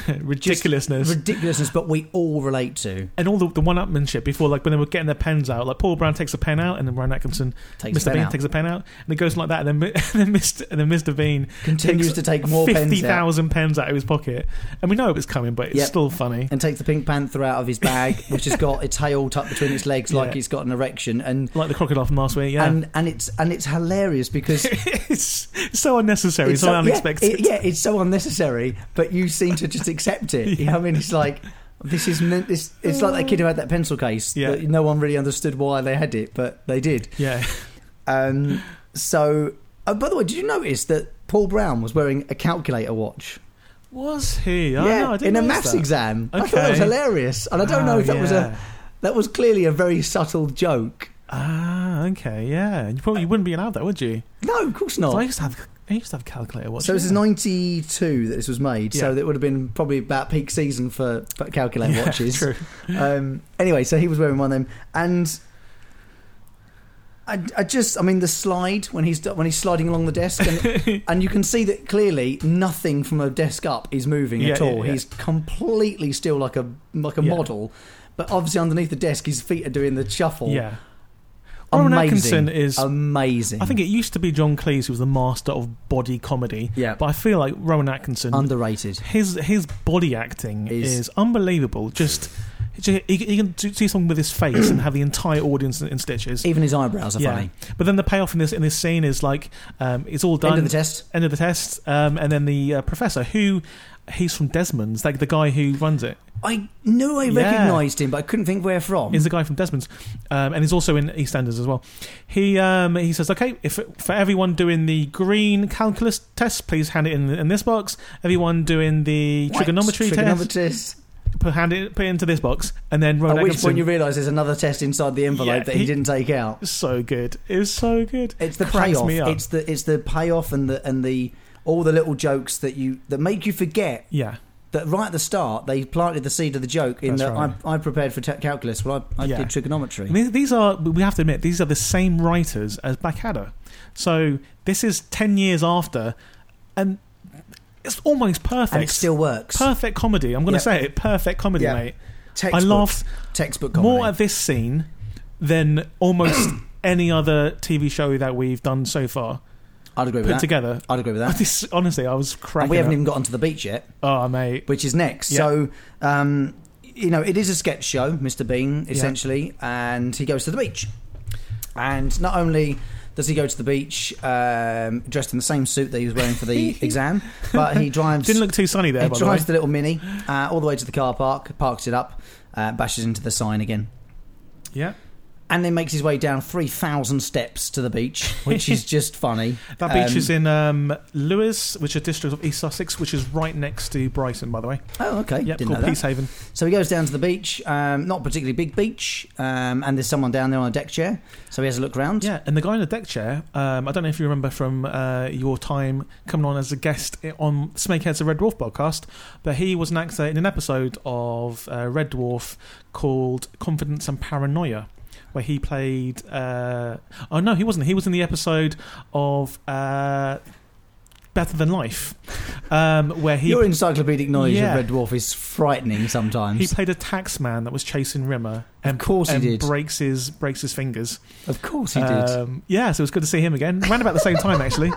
Speaker 3: Ridiculousness.
Speaker 2: ridiculousness, but we all relate to.
Speaker 3: and all the, the one upmanship before, like when they were getting their pens out, like Paul Brown takes a pen out, and then Ryan Atkinson,
Speaker 2: Takes the
Speaker 3: Mr.
Speaker 2: pen
Speaker 3: Bean
Speaker 2: out.
Speaker 3: takes a pen out, and it goes like that, and then, Mi- (laughs) and then Mr. And then Mr. Bean
Speaker 2: Continues
Speaker 3: takes
Speaker 2: to take more pens out.
Speaker 3: fifty thousand pens out of his pocket, and we know it was coming, but it's
Speaker 2: Yep.
Speaker 3: still funny.
Speaker 2: And takes the Pink Panther out of his
Speaker 3: (laughs)
Speaker 2: bag, which has got a tail tucked between its legs, like
Speaker 3: Yeah.
Speaker 2: it's got an erection, and
Speaker 3: Like the crocodile from last week, yeah.
Speaker 2: and and it's and it's hilarious
Speaker 3: (laughs)
Speaker 2: because
Speaker 3: it's so unnecessary, so,
Speaker 2: yeah,
Speaker 3: unexpected.
Speaker 2: it- Yeah, it's so unnecessary, but you seem to just accept it. You know what I mean, it's like this is meant. This it's like that kid who had that pencil case.
Speaker 3: Yeah.
Speaker 2: that no one really understood why they had it, but they did.
Speaker 3: Yeah. (laughs)
Speaker 2: Um, so, oh, by the way, did you notice that Paul Brown was wearing a calculator watch?
Speaker 3: Was he? Oh,
Speaker 2: yeah,
Speaker 3: no, I didn't
Speaker 2: in a
Speaker 3: notice
Speaker 2: maths
Speaker 3: that.
Speaker 2: exam. I thought that was
Speaker 3: Okay.
Speaker 2: hilarious, and I don't know
Speaker 3: Oh,
Speaker 2: if that was a
Speaker 3: yeah.
Speaker 2: that was clearly a very subtle joke.
Speaker 3: Ah, okay, yeah. You probably wouldn't be allowed that, would you?
Speaker 2: No, of course
Speaker 3: So I
Speaker 2: not.
Speaker 3: used to have, I used to have a calculator watch.
Speaker 2: Oh. So this
Speaker 3: yeah.
Speaker 2: is ninety two that this was made. So
Speaker 3: Yeah.
Speaker 2: that would have been probably about peak season for for calculator
Speaker 3: (laughs) (laughs) Yeah,
Speaker 2: watches.
Speaker 3: True.
Speaker 2: Um, anyway, so he was wearing one of them, and I, I just, I mean, the slide when he's when he's sliding along the desk,
Speaker 3: (laughs)
Speaker 2: and, and you can see that clearly nothing from a desk up is moving
Speaker 3: Yeah,
Speaker 2: at
Speaker 3: yeah,
Speaker 2: all.
Speaker 3: yeah.
Speaker 2: He's completely still, like a like a
Speaker 3: Yeah.
Speaker 2: model. But obviously, underneath the desk, his feet are doing the shuffle.
Speaker 3: Yeah. Rowan
Speaker 2: amazing.
Speaker 3: Atkinson is.
Speaker 2: amazing.
Speaker 3: I think it used to be John Cleese who was the master of body comedy.
Speaker 2: Yeah.
Speaker 3: But I feel like Rowan Atkinson,
Speaker 2: underrated.
Speaker 3: his his body acting
Speaker 2: Is-
Speaker 3: is, unbelievable. Just, he, he can do, do something with his face and have the entire audience in, in stitches.
Speaker 2: Even his eyebrows are
Speaker 3: yeah.
Speaker 2: funny.
Speaker 3: But then the payoff in this in this scene is like um, it's all done.
Speaker 2: End of the test.
Speaker 3: End of the test. Um, and then the uh, professor, who he's from Desmond's, like the guy who runs it,
Speaker 2: I knew I
Speaker 3: Yeah.
Speaker 2: recognised him, but I couldn't think where from.
Speaker 3: is the guy from Desmond's, um, and he's also in EastEnders as well. He um, he says, okay, if for everyone doing the green calculus test, please hand it in in this box. Everyone doing the
Speaker 2: Right,
Speaker 3: trigonometry,
Speaker 2: trigonometry
Speaker 3: test, put hand it put it into this box, and then Rowan
Speaker 2: At which
Speaker 3: Atkinson-
Speaker 2: point you realise there's another test inside the envelope
Speaker 3: Yeah,
Speaker 2: that he,
Speaker 3: he-
Speaker 2: didn't take out.
Speaker 3: so good. It was so good.
Speaker 2: It's the
Speaker 3: Cracks
Speaker 2: payoff.
Speaker 3: me up.
Speaker 2: It's the it's the payoff and the and the all the little jokes that you that make you forget
Speaker 3: yeah.
Speaker 2: that right at the start they planted the seed of the joke in
Speaker 3: That's
Speaker 2: that
Speaker 3: right.
Speaker 2: I, I prepared for te- calculus, well I, I
Speaker 3: Yeah.
Speaker 2: did trigonometry.
Speaker 3: And these- These are, we have to admit, these are the same writers as Blackadder. So this is 10 years after, and it's almost perfect.
Speaker 2: and it still works.
Speaker 3: perfect comedy. I'm going
Speaker 2: Yep.
Speaker 3: to say it. Perfect comedy,
Speaker 2: Yep.
Speaker 3: mate.
Speaker 2: Textbook-
Speaker 3: I laughed
Speaker 2: textbook comedy.
Speaker 3: more at this scene than
Speaker 2: (coughs)
Speaker 3: almost any other TV show that we've done so far
Speaker 2: I'd agree with
Speaker 3: put
Speaker 2: that.
Speaker 3: together.
Speaker 2: I'd agree with that.
Speaker 3: This, honestly, I was cracking.
Speaker 2: And we haven't
Speaker 3: up.
Speaker 2: even gotten to the beach yet,
Speaker 3: Oh, mate.
Speaker 2: which is next.
Speaker 3: Yeah.
Speaker 2: So, um, you know, it is a sketch show, Mr. Bean,
Speaker 3: Yeah.
Speaker 2: essentially, and he goes to the beach. And not only does he go to the beach um, dressed in the same suit that he was wearing for
Speaker 3: (laughs)
Speaker 2: the exam, but he drives.
Speaker 3: Didn't look too sunny there,
Speaker 2: he
Speaker 3: by
Speaker 2: drives
Speaker 3: the
Speaker 2: the little mini uh, all the way to the car park, parks it up, uh, bashes into the sign again,
Speaker 3: way. Yeah.
Speaker 2: and then makes his way down 3,000 steps to the beach, which
Speaker 3: (laughs)
Speaker 2: is just funny.
Speaker 3: That beach
Speaker 2: Um,
Speaker 3: is in um, Lewis, which is a district of East Sussex, which is right next to Brighton, by the way.
Speaker 2: Oh, okay.
Speaker 3: Yep,
Speaker 2: Didn't know
Speaker 3: called
Speaker 2: that.
Speaker 3: Peacehaven.
Speaker 2: So he goes down to the beach, um, not particularly big beach, um, and there's someone down there on a deck chair. So he has a look round.
Speaker 3: Yeah, and the guy in the deck chair, um, I don't know if you remember from uh, your time coming on as a guest on Snakeheads and Red Dwarf podcast, but he was an actor in an episode of uh, Red Dwarf called Confidence and Paranoia, where he played. Uh, oh, no, he wasn't. He was in the episode of. Uh, Better than life, um, where he
Speaker 2: Your encyclopedic knowledge
Speaker 3: Yeah.
Speaker 2: of Red Dwarf is frightening sometimes.
Speaker 3: He played a tax man that was chasing Rimmer, and,
Speaker 2: course he
Speaker 3: and
Speaker 2: did.
Speaker 3: breaks his breaks his fingers.
Speaker 2: of course he did.
Speaker 3: Um, yeah, so it was good to see him again. Around about the same time, actually.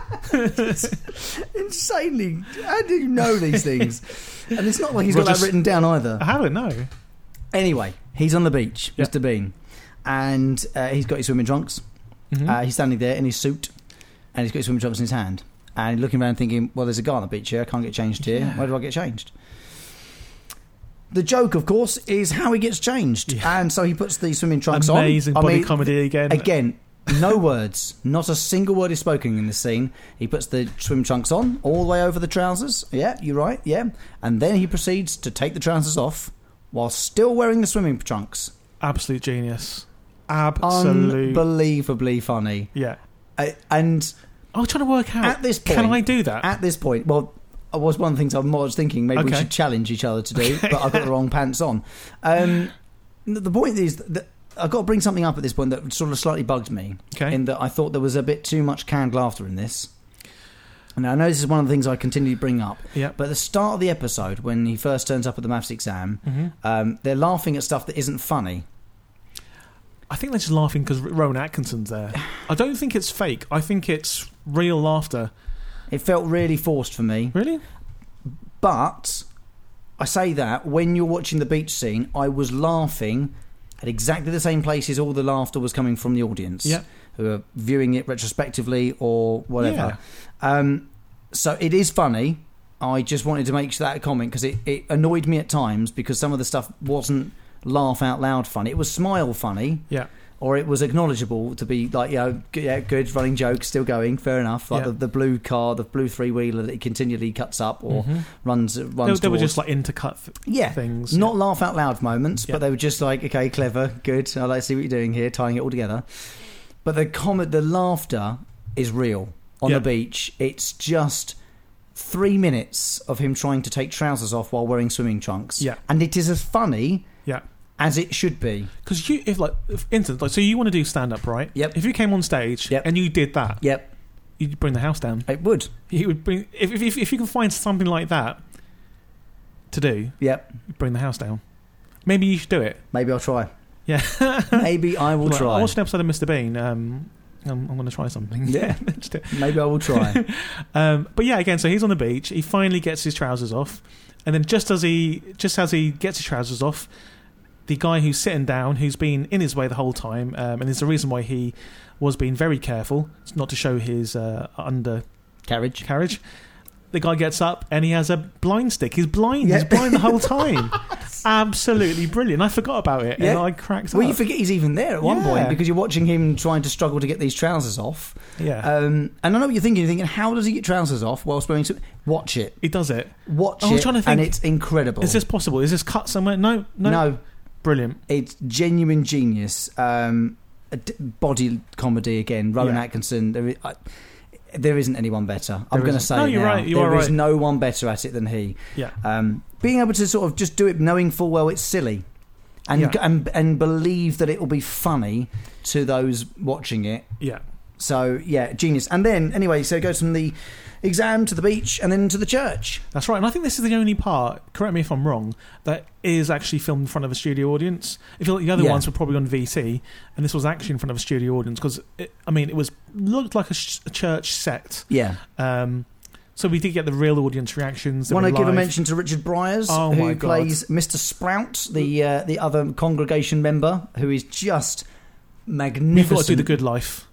Speaker 2: Insanely. How do you know these
Speaker 3: (laughs)
Speaker 2: things? and it's not like he's got
Speaker 3: Roger
Speaker 2: that
Speaker 3: S-
Speaker 2: written down either.
Speaker 3: I haven't. No,
Speaker 2: Anyway, he's on the beach,
Speaker 3: Uh. Yeah.
Speaker 2: Mr. Bean, and uh, he's got his swimming trunks.
Speaker 3: Mhm.
Speaker 2: Uh, he's standing there in his suit, and he's got his swimming trunks in his hand, and he's looking around thinking, "Well, there's a guy on the beach here. I can't get changed here. Where do I get changed?" The joke, of course, is how he gets changed,
Speaker 3: Yeah.
Speaker 2: and so he puts the swimming trunks on.
Speaker 3: amazing
Speaker 2: I
Speaker 3: body
Speaker 2: mean,
Speaker 3: comedy again.
Speaker 2: Again, no words, not a single word is spoken in this scene. He puts the swim trunks on all the way over the trousers. Yeah, you're right. Yeah, and then he proceeds to take the trousers off while still wearing the swimming trunks.
Speaker 3: absolute genius. Absolute.
Speaker 2: Unbelievably funny.
Speaker 3: yeah.
Speaker 2: I, and
Speaker 3: I was trying to work out
Speaker 2: At this
Speaker 3: Can
Speaker 2: point-
Speaker 3: I do that?
Speaker 2: at this point, well, it was one of the things I was thinking maybe we
Speaker 3: Okay.
Speaker 2: should challenge each other to do, but I've got the wrong pants on. Um, the the point is that I've got to bring something up at this point that sort of slightly bugged me.
Speaker 3: okay.
Speaker 2: in that I thought there was a bit too much canned laughter in this. And I know this is one of the things I continue to bring up,
Speaker 3: yeah.
Speaker 2: but at the start of the episode, when he first turns up at the maths exam,
Speaker 3: hmm
Speaker 2: um, they're laughing at stuff that isn't funny.
Speaker 3: I think they're just laughing because Rowan Atkinson's there. I don't think it's fake. I think it's real laughter.
Speaker 2: It felt really forced for me.
Speaker 3: Really?
Speaker 2: But I say that when you're watching the beach scene, I was laughing at exactly the same places all the laughter was coming from the audience
Speaker 3: Yeah.
Speaker 2: who are viewing it retrospectively or whatever. Um, so it is funny. I just wanted to make that comment because it, it annoyed me at times because some of the stuff wasn't laugh out loud funny. It was smile funny.
Speaker 3: Yeah.
Speaker 2: Or it was acknowledgeable to be like, you know, g- yeah, good running joke, still going, fair enough. Like
Speaker 3: Yeah.
Speaker 2: the, the blue car, the blue three wheeler that he continually cuts up or
Speaker 3: Mhm.
Speaker 2: runs runs
Speaker 3: They, they were
Speaker 2: towards.
Speaker 3: just like intercut th-
Speaker 2: yeah,
Speaker 3: things.
Speaker 2: not laugh out loud moments,
Speaker 3: Yeah.
Speaker 2: but they were just like, okay, clever, good. I like to see what you're doing here, tying it all together. But the comment, the laughter is real on
Speaker 3: Yeah.
Speaker 2: the beach. It's just three minutes of him trying to take trousers off while wearing swimming trunks.
Speaker 3: Yeah.
Speaker 2: and it is as funny.
Speaker 3: Yeah.
Speaker 2: as it should be.
Speaker 3: Because you, if like, if instance, like, so you want to do stand up, right?
Speaker 2: Yep.
Speaker 3: If you came on stage
Speaker 2: Yep.
Speaker 3: and you did that,
Speaker 2: Yep,
Speaker 3: you'd bring the house down.
Speaker 2: it would.
Speaker 3: You would bring if, if, if, if you can find something like that to do,
Speaker 2: Yep,
Speaker 3: you'd bring the house down. Maybe you should do it.
Speaker 2: maybe I'll try.
Speaker 3: Yeah.
Speaker 2: (laughs) Maybe I will
Speaker 3: Like, I
Speaker 2: try.
Speaker 3: watched an episode of Mr. Bean. Um, I'm, I'm going to try something. (laughs)
Speaker 2: Yeah.
Speaker 3: Just do it.
Speaker 2: Maybe I will try.
Speaker 3: um, but yeah, again, so he's on the beach. He finally gets his trousers off, and then just as he just as he gets his trousers off, the guy who's sitting down, who's been in his way the whole time, um, and there's a reason why he was being very careful not to show his uh, under
Speaker 2: Carriage.
Speaker 3: (laughs) carriage. The guy gets up and he has a blind stick. He's blind. He's
Speaker 2: Yeah.
Speaker 3: blind
Speaker 2: (laughs)
Speaker 3: the whole time. Absolutely brilliant. I forgot about it and
Speaker 2: Yeah.
Speaker 3: I cracked
Speaker 2: Well, you
Speaker 3: up.
Speaker 2: forget he's even there at one
Speaker 3: Yeah.
Speaker 2: point because you're watching him trying to struggle to get these trousers off.
Speaker 3: yeah,
Speaker 2: Um, and I know what you're thinking. You're thinking, how does he get trousers off whilst wearing? swi- Watch it,
Speaker 3: he does it.
Speaker 2: watch
Speaker 3: I was
Speaker 2: it,
Speaker 3: trying to
Speaker 2: and
Speaker 3: think,
Speaker 2: it's incredible.
Speaker 3: Is this possible? Is this cut somewhere? No, no,
Speaker 2: no,
Speaker 3: Brilliant.
Speaker 2: it's genuine genius. Um, a d- body comedy again. Rowan
Speaker 3: Yeah.
Speaker 2: Atkinson. There is, I, there isn't anyone better. I'm
Speaker 3: There
Speaker 2: going to
Speaker 3: isn't.
Speaker 2: say
Speaker 3: No,
Speaker 2: it
Speaker 3: you're
Speaker 2: now.
Speaker 3: right, you
Speaker 2: There
Speaker 3: are
Speaker 2: is
Speaker 3: right.
Speaker 2: no one better at it than he.
Speaker 3: Yeah.
Speaker 2: Um, being able to sort of just do it, knowing full well it's silly. And,
Speaker 3: Yeah.
Speaker 2: and and believe that it will be funny to those watching it
Speaker 3: Yeah.
Speaker 2: So yeah, genius. And then anyway, so it goes from the exam to the beach and then to the church.
Speaker 3: That's right, and I think this is the only part. Correct me if I'm wrong. That is actually filmed in front of a studio audience. I feel like the other
Speaker 2: Yeah.
Speaker 3: ones were probably on VT, and this was actually in front of a studio audience because I mean it was looked like a, sh- a church set.
Speaker 2: Yeah.
Speaker 3: Um, so we did get the real audience reactions. They
Speaker 2: Want to
Speaker 3: were
Speaker 2: give a
Speaker 3: live.
Speaker 2: mention to Richard Bryars,
Speaker 3: Oh
Speaker 2: who
Speaker 3: my God.
Speaker 2: plays Mr. Sprout, the uh, the other congregation member, who is just
Speaker 3: We've
Speaker 2: magnificent.
Speaker 3: got to do the Good Life,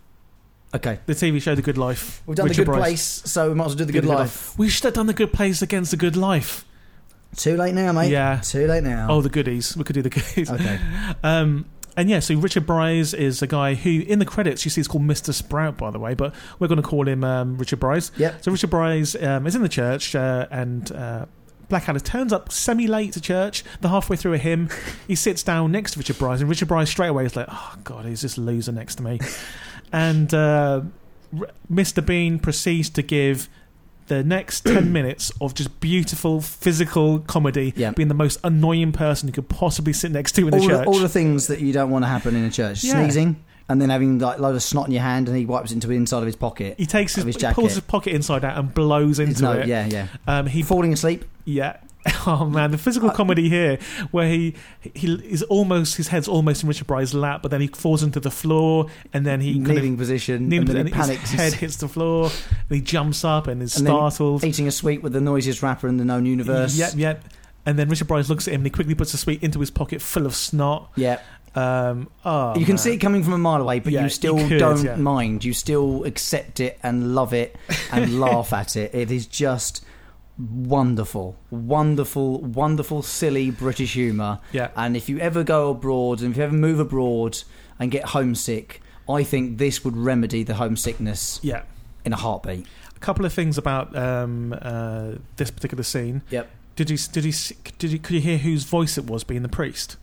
Speaker 2: Okay,
Speaker 3: the TV show, The Good Life.
Speaker 2: we've done
Speaker 3: Richard
Speaker 2: the Good
Speaker 3: Bryce.
Speaker 2: Place, so we might as well do the
Speaker 3: Did
Speaker 2: Good Life.
Speaker 3: We should have done the Good Place against the Good Life.
Speaker 2: Too late now, mate.
Speaker 3: Yeah.
Speaker 2: Too late now.
Speaker 3: Oh, the goodies. We could do the goodies. (laughs)
Speaker 2: okay.
Speaker 3: Um, and yeah, so Richard Bryce is a guy who, in the credits, you see is called Mr. Sprout, by the way, but we're going to call him um, Richard Bryce.
Speaker 2: Yep.
Speaker 3: So Richard Bryce um, is in the church uh, and. Uh, Blackadder turns up semi late to church. They're halfway through
Speaker 2: (laughs)
Speaker 3: a hymn. He sits down next to Richard Bryce, and Richard Bryce straight away is like, "Oh God, he's this loser next
Speaker 2: (laughs)
Speaker 3: to me." and uh, R- Mr. Bean proceeds to give the
Speaker 2: (coughs)
Speaker 3: next 10 minutes of just beautiful physical comedy,
Speaker 2: Yeah.
Speaker 3: being the most annoying person you could possibly sit next to in the
Speaker 2: all, the,
Speaker 3: church.
Speaker 2: all the things that you don't want to happen in a church:
Speaker 3: Yeah.
Speaker 2: sneezing and then having like load of snot in your hand, and he wipes it into the inside of his pocket.
Speaker 3: he takes his,
Speaker 2: of his
Speaker 3: he pulls
Speaker 2: jacket.
Speaker 3: his pocket inside out and blows into
Speaker 2: no,
Speaker 3: it.
Speaker 2: yeah, yeah.
Speaker 3: Um, he
Speaker 2: Falling asleep.
Speaker 3: yeah. (laughs) Oh man, the
Speaker 2: Uh,
Speaker 3: physical comedy here, where he he is almost his head's almost in Richard Bryce's lap, but then he falls into the floor, and then he kind
Speaker 2: kneeling
Speaker 3: of
Speaker 2: position,
Speaker 3: kneeling,
Speaker 2: and then
Speaker 3: and
Speaker 2: he panics.
Speaker 3: his head hits the floor, and he jumps up and is
Speaker 2: And then he-
Speaker 3: startled.
Speaker 2: Eating a sweet with the noisiest rapper in the known universe.
Speaker 3: Yep, yep. And then Richard Bryce looks at him, and he quickly puts a sweet into his pocket, full of snot.
Speaker 2: Yeah.
Speaker 3: Um, oh,
Speaker 2: you can
Speaker 3: man.
Speaker 2: see it coming from a mile away, but
Speaker 3: Yeah,
Speaker 2: you still
Speaker 3: you could,
Speaker 2: don't
Speaker 3: yeah.
Speaker 2: mind. You still accept it and love it
Speaker 3: (laughs)
Speaker 2: and laugh at it. It is just wonderful, wonderful, wonderful, silly British humour.
Speaker 3: Yeah.
Speaker 2: And if you ever go abroad and if you ever move abroad and get homesick, I think this would remedy the homesickness
Speaker 3: Yeah,
Speaker 2: in a heartbeat.
Speaker 3: a couple of things about um, uh, this particular scene.
Speaker 2: Yep.
Speaker 3: Did you did you s- did you could you hear whose voice it was being the priest?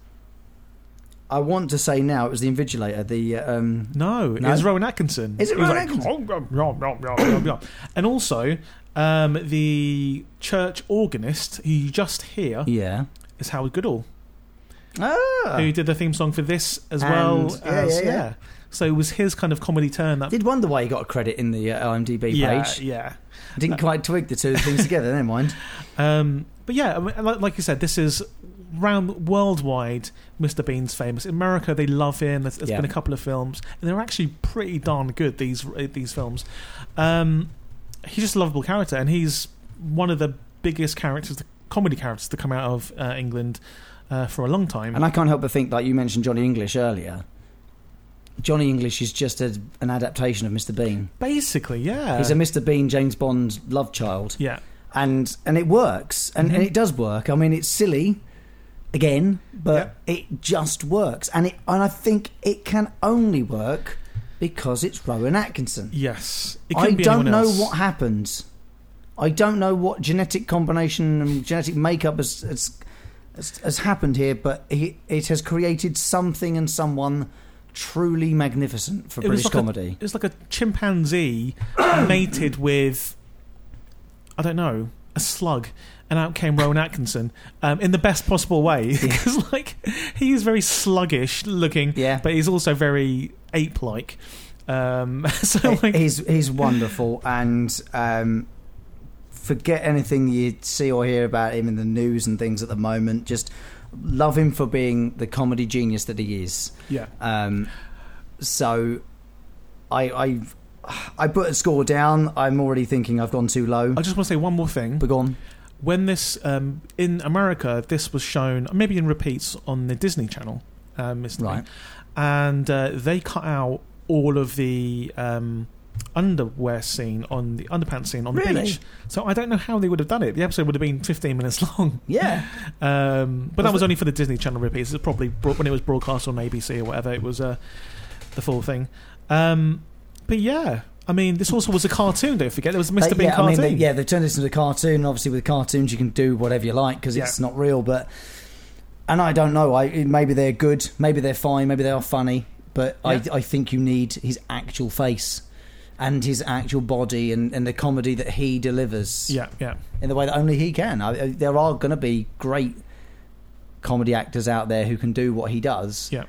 Speaker 2: I want to say now it was the invigilator, the uh, um,
Speaker 3: No,
Speaker 2: No?
Speaker 3: it was Rowan Atkinson.
Speaker 2: Is it
Speaker 3: He was
Speaker 2: Rowan
Speaker 3: like,
Speaker 2: Atkinson?
Speaker 3: "Nom, nom, nom, nom, nom, nom." And also, um, the church organist who you just hear
Speaker 2: yeah.
Speaker 3: is Howard Goodall,
Speaker 2: Ah.
Speaker 3: who did the theme song for this as
Speaker 2: And-
Speaker 3: well.
Speaker 2: yeah,
Speaker 3: as,
Speaker 2: yeah, yeah.
Speaker 3: So it was his kind of comedy turn that.
Speaker 2: Did wonder why he got a credit in the uh, IMDb
Speaker 3: yeah,
Speaker 2: page.
Speaker 3: yeah.
Speaker 2: Didn't quite twig the two things together. (laughs) Never mind.
Speaker 3: Um, but yeah, I mean, like, like you said, this is round worldwide. Mr. Bean's famous in America. They love him. There's, there's
Speaker 2: Yeah.
Speaker 3: been a couple of films, and they're actually pretty darn good. These eh, these films. Um, he's just a lovable character, and he's one of the biggest characters, comedy characters, to come out of uh, England uh, for a long time.
Speaker 2: And I can't help but think, like you mentioned Johnny English earlier, Johnny English is just a, an adaptation of Mr. Bean.
Speaker 3: Basically, yeah,
Speaker 2: He's a Mr. Bean James Bond love child,
Speaker 3: yeah.
Speaker 2: and and it works, and,
Speaker 3: Mm-hmm.
Speaker 2: and it does work. I mean, it's silly again, but it just works, and it and I think it can only work because it's Rowan Atkinson.
Speaker 3: Yes, it
Speaker 2: I
Speaker 3: couldn't be
Speaker 2: don't
Speaker 3: anyone
Speaker 2: know
Speaker 3: else.
Speaker 2: what happened. I don't know what genetic combination and genetic makeup has has, has, has happened here, but he, it has created something and someone truly magnificent for
Speaker 3: It was
Speaker 2: British
Speaker 3: like a-
Speaker 2: comedy.
Speaker 3: It's like a chimpanzee (coughs) mated with, I don't know, a slug, and out came Rowan Atkinson um, in the best possible way. (laughs) Because like he is very sluggish looking,
Speaker 2: Yeah.
Speaker 3: but he's also very ape-like. Um, (laughs) so
Speaker 2: He-
Speaker 3: like,
Speaker 2: he's he's wonderful, and um, forget anything you see or hear about him in the news and things at the moment. Just love him for being the comedy genius that he is.
Speaker 3: yeah,
Speaker 2: Um, so I, I I put a score down. I'm already thinking I've gone too low.
Speaker 3: I just want to say one more thing.
Speaker 2: But gone.
Speaker 3: when this um, in America, this was shown maybe in repeats on the Disney Channel, um, it's-
Speaker 2: Right.
Speaker 3: And uh, they cut out all of the um, underwear scene on the underpants scene on the
Speaker 2: Really?
Speaker 3: beach. So I don't know how they would have done it. The episode would have been 15 minutes (laughs) long.
Speaker 2: Yeah.
Speaker 3: Um, but that
Speaker 2: Was
Speaker 3: was
Speaker 2: it-
Speaker 3: only for the Disney Channel repeats. It probably brought, when it was broadcast on ABC or whatever. It was uh, the full thing. Um, but yeah, I mean, this also was a cartoon. Don't forget, there was a Mr.
Speaker 2: They-
Speaker 3: Bean
Speaker 2: Uh, yeah,
Speaker 3: cartoon.
Speaker 2: they, yeah, they turned this into a cartoon. Obviously, with cartoons, you can do whatever you like because it's
Speaker 3: Yeah.
Speaker 2: not real. But and I don't know. I maybe they're good. Maybe they're fine. Maybe they are funny. But
Speaker 3: Yeah.
Speaker 2: I I think you need his actual face. And his actual body and, and the comedy that he delivers.
Speaker 3: yeah, yeah.
Speaker 2: in the way that only he can. I, I- there are going to be great comedy actors out there who can do what he does.
Speaker 3: Yeah.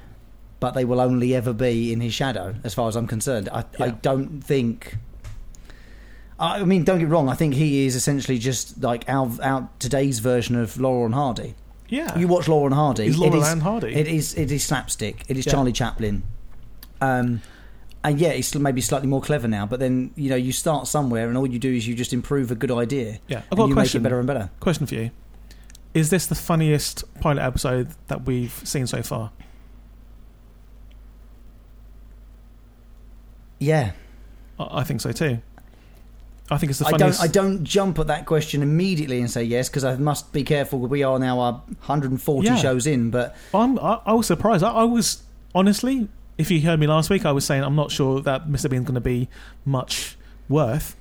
Speaker 2: but they will only ever be in his shadow, as far as I'm concerned. I, I
Speaker 3: Yeah.
Speaker 2: don't think. I I mean, don't get me wrong. I think he is essentially just like our, our today's version of Laurel and Hardy.
Speaker 3: Yeah.
Speaker 2: You watch Laurel and Hardy.
Speaker 3: He's
Speaker 2: it
Speaker 3: Laurel
Speaker 2: is-
Speaker 3: and Hardy.
Speaker 2: It is it is slapstick. It is
Speaker 3: Yeah.
Speaker 2: Charlie Chaplin. Um, and yeah, he's maybe slightly more clever now. But then you know you start somewhere, and all you do is you just improve a good idea.
Speaker 3: yeah.
Speaker 2: and
Speaker 3: I've got
Speaker 2: you
Speaker 3: a question.
Speaker 2: make it better and better.
Speaker 3: Question for you: Is this the funniest pilot episode that we've seen so far?
Speaker 2: Yeah,
Speaker 3: I, I think so too. I think it's the
Speaker 2: I
Speaker 3: funniest.
Speaker 2: don't. I don't jump at that question immediately and say yes because I must be careful. We are now uh, 140
Speaker 3: Yeah.
Speaker 2: shows in, but
Speaker 3: I'm, I, I was surprised. I, I was honestly, if you heard me last week, I was saying I'm not sure that Mr. Bean's going to be much worth.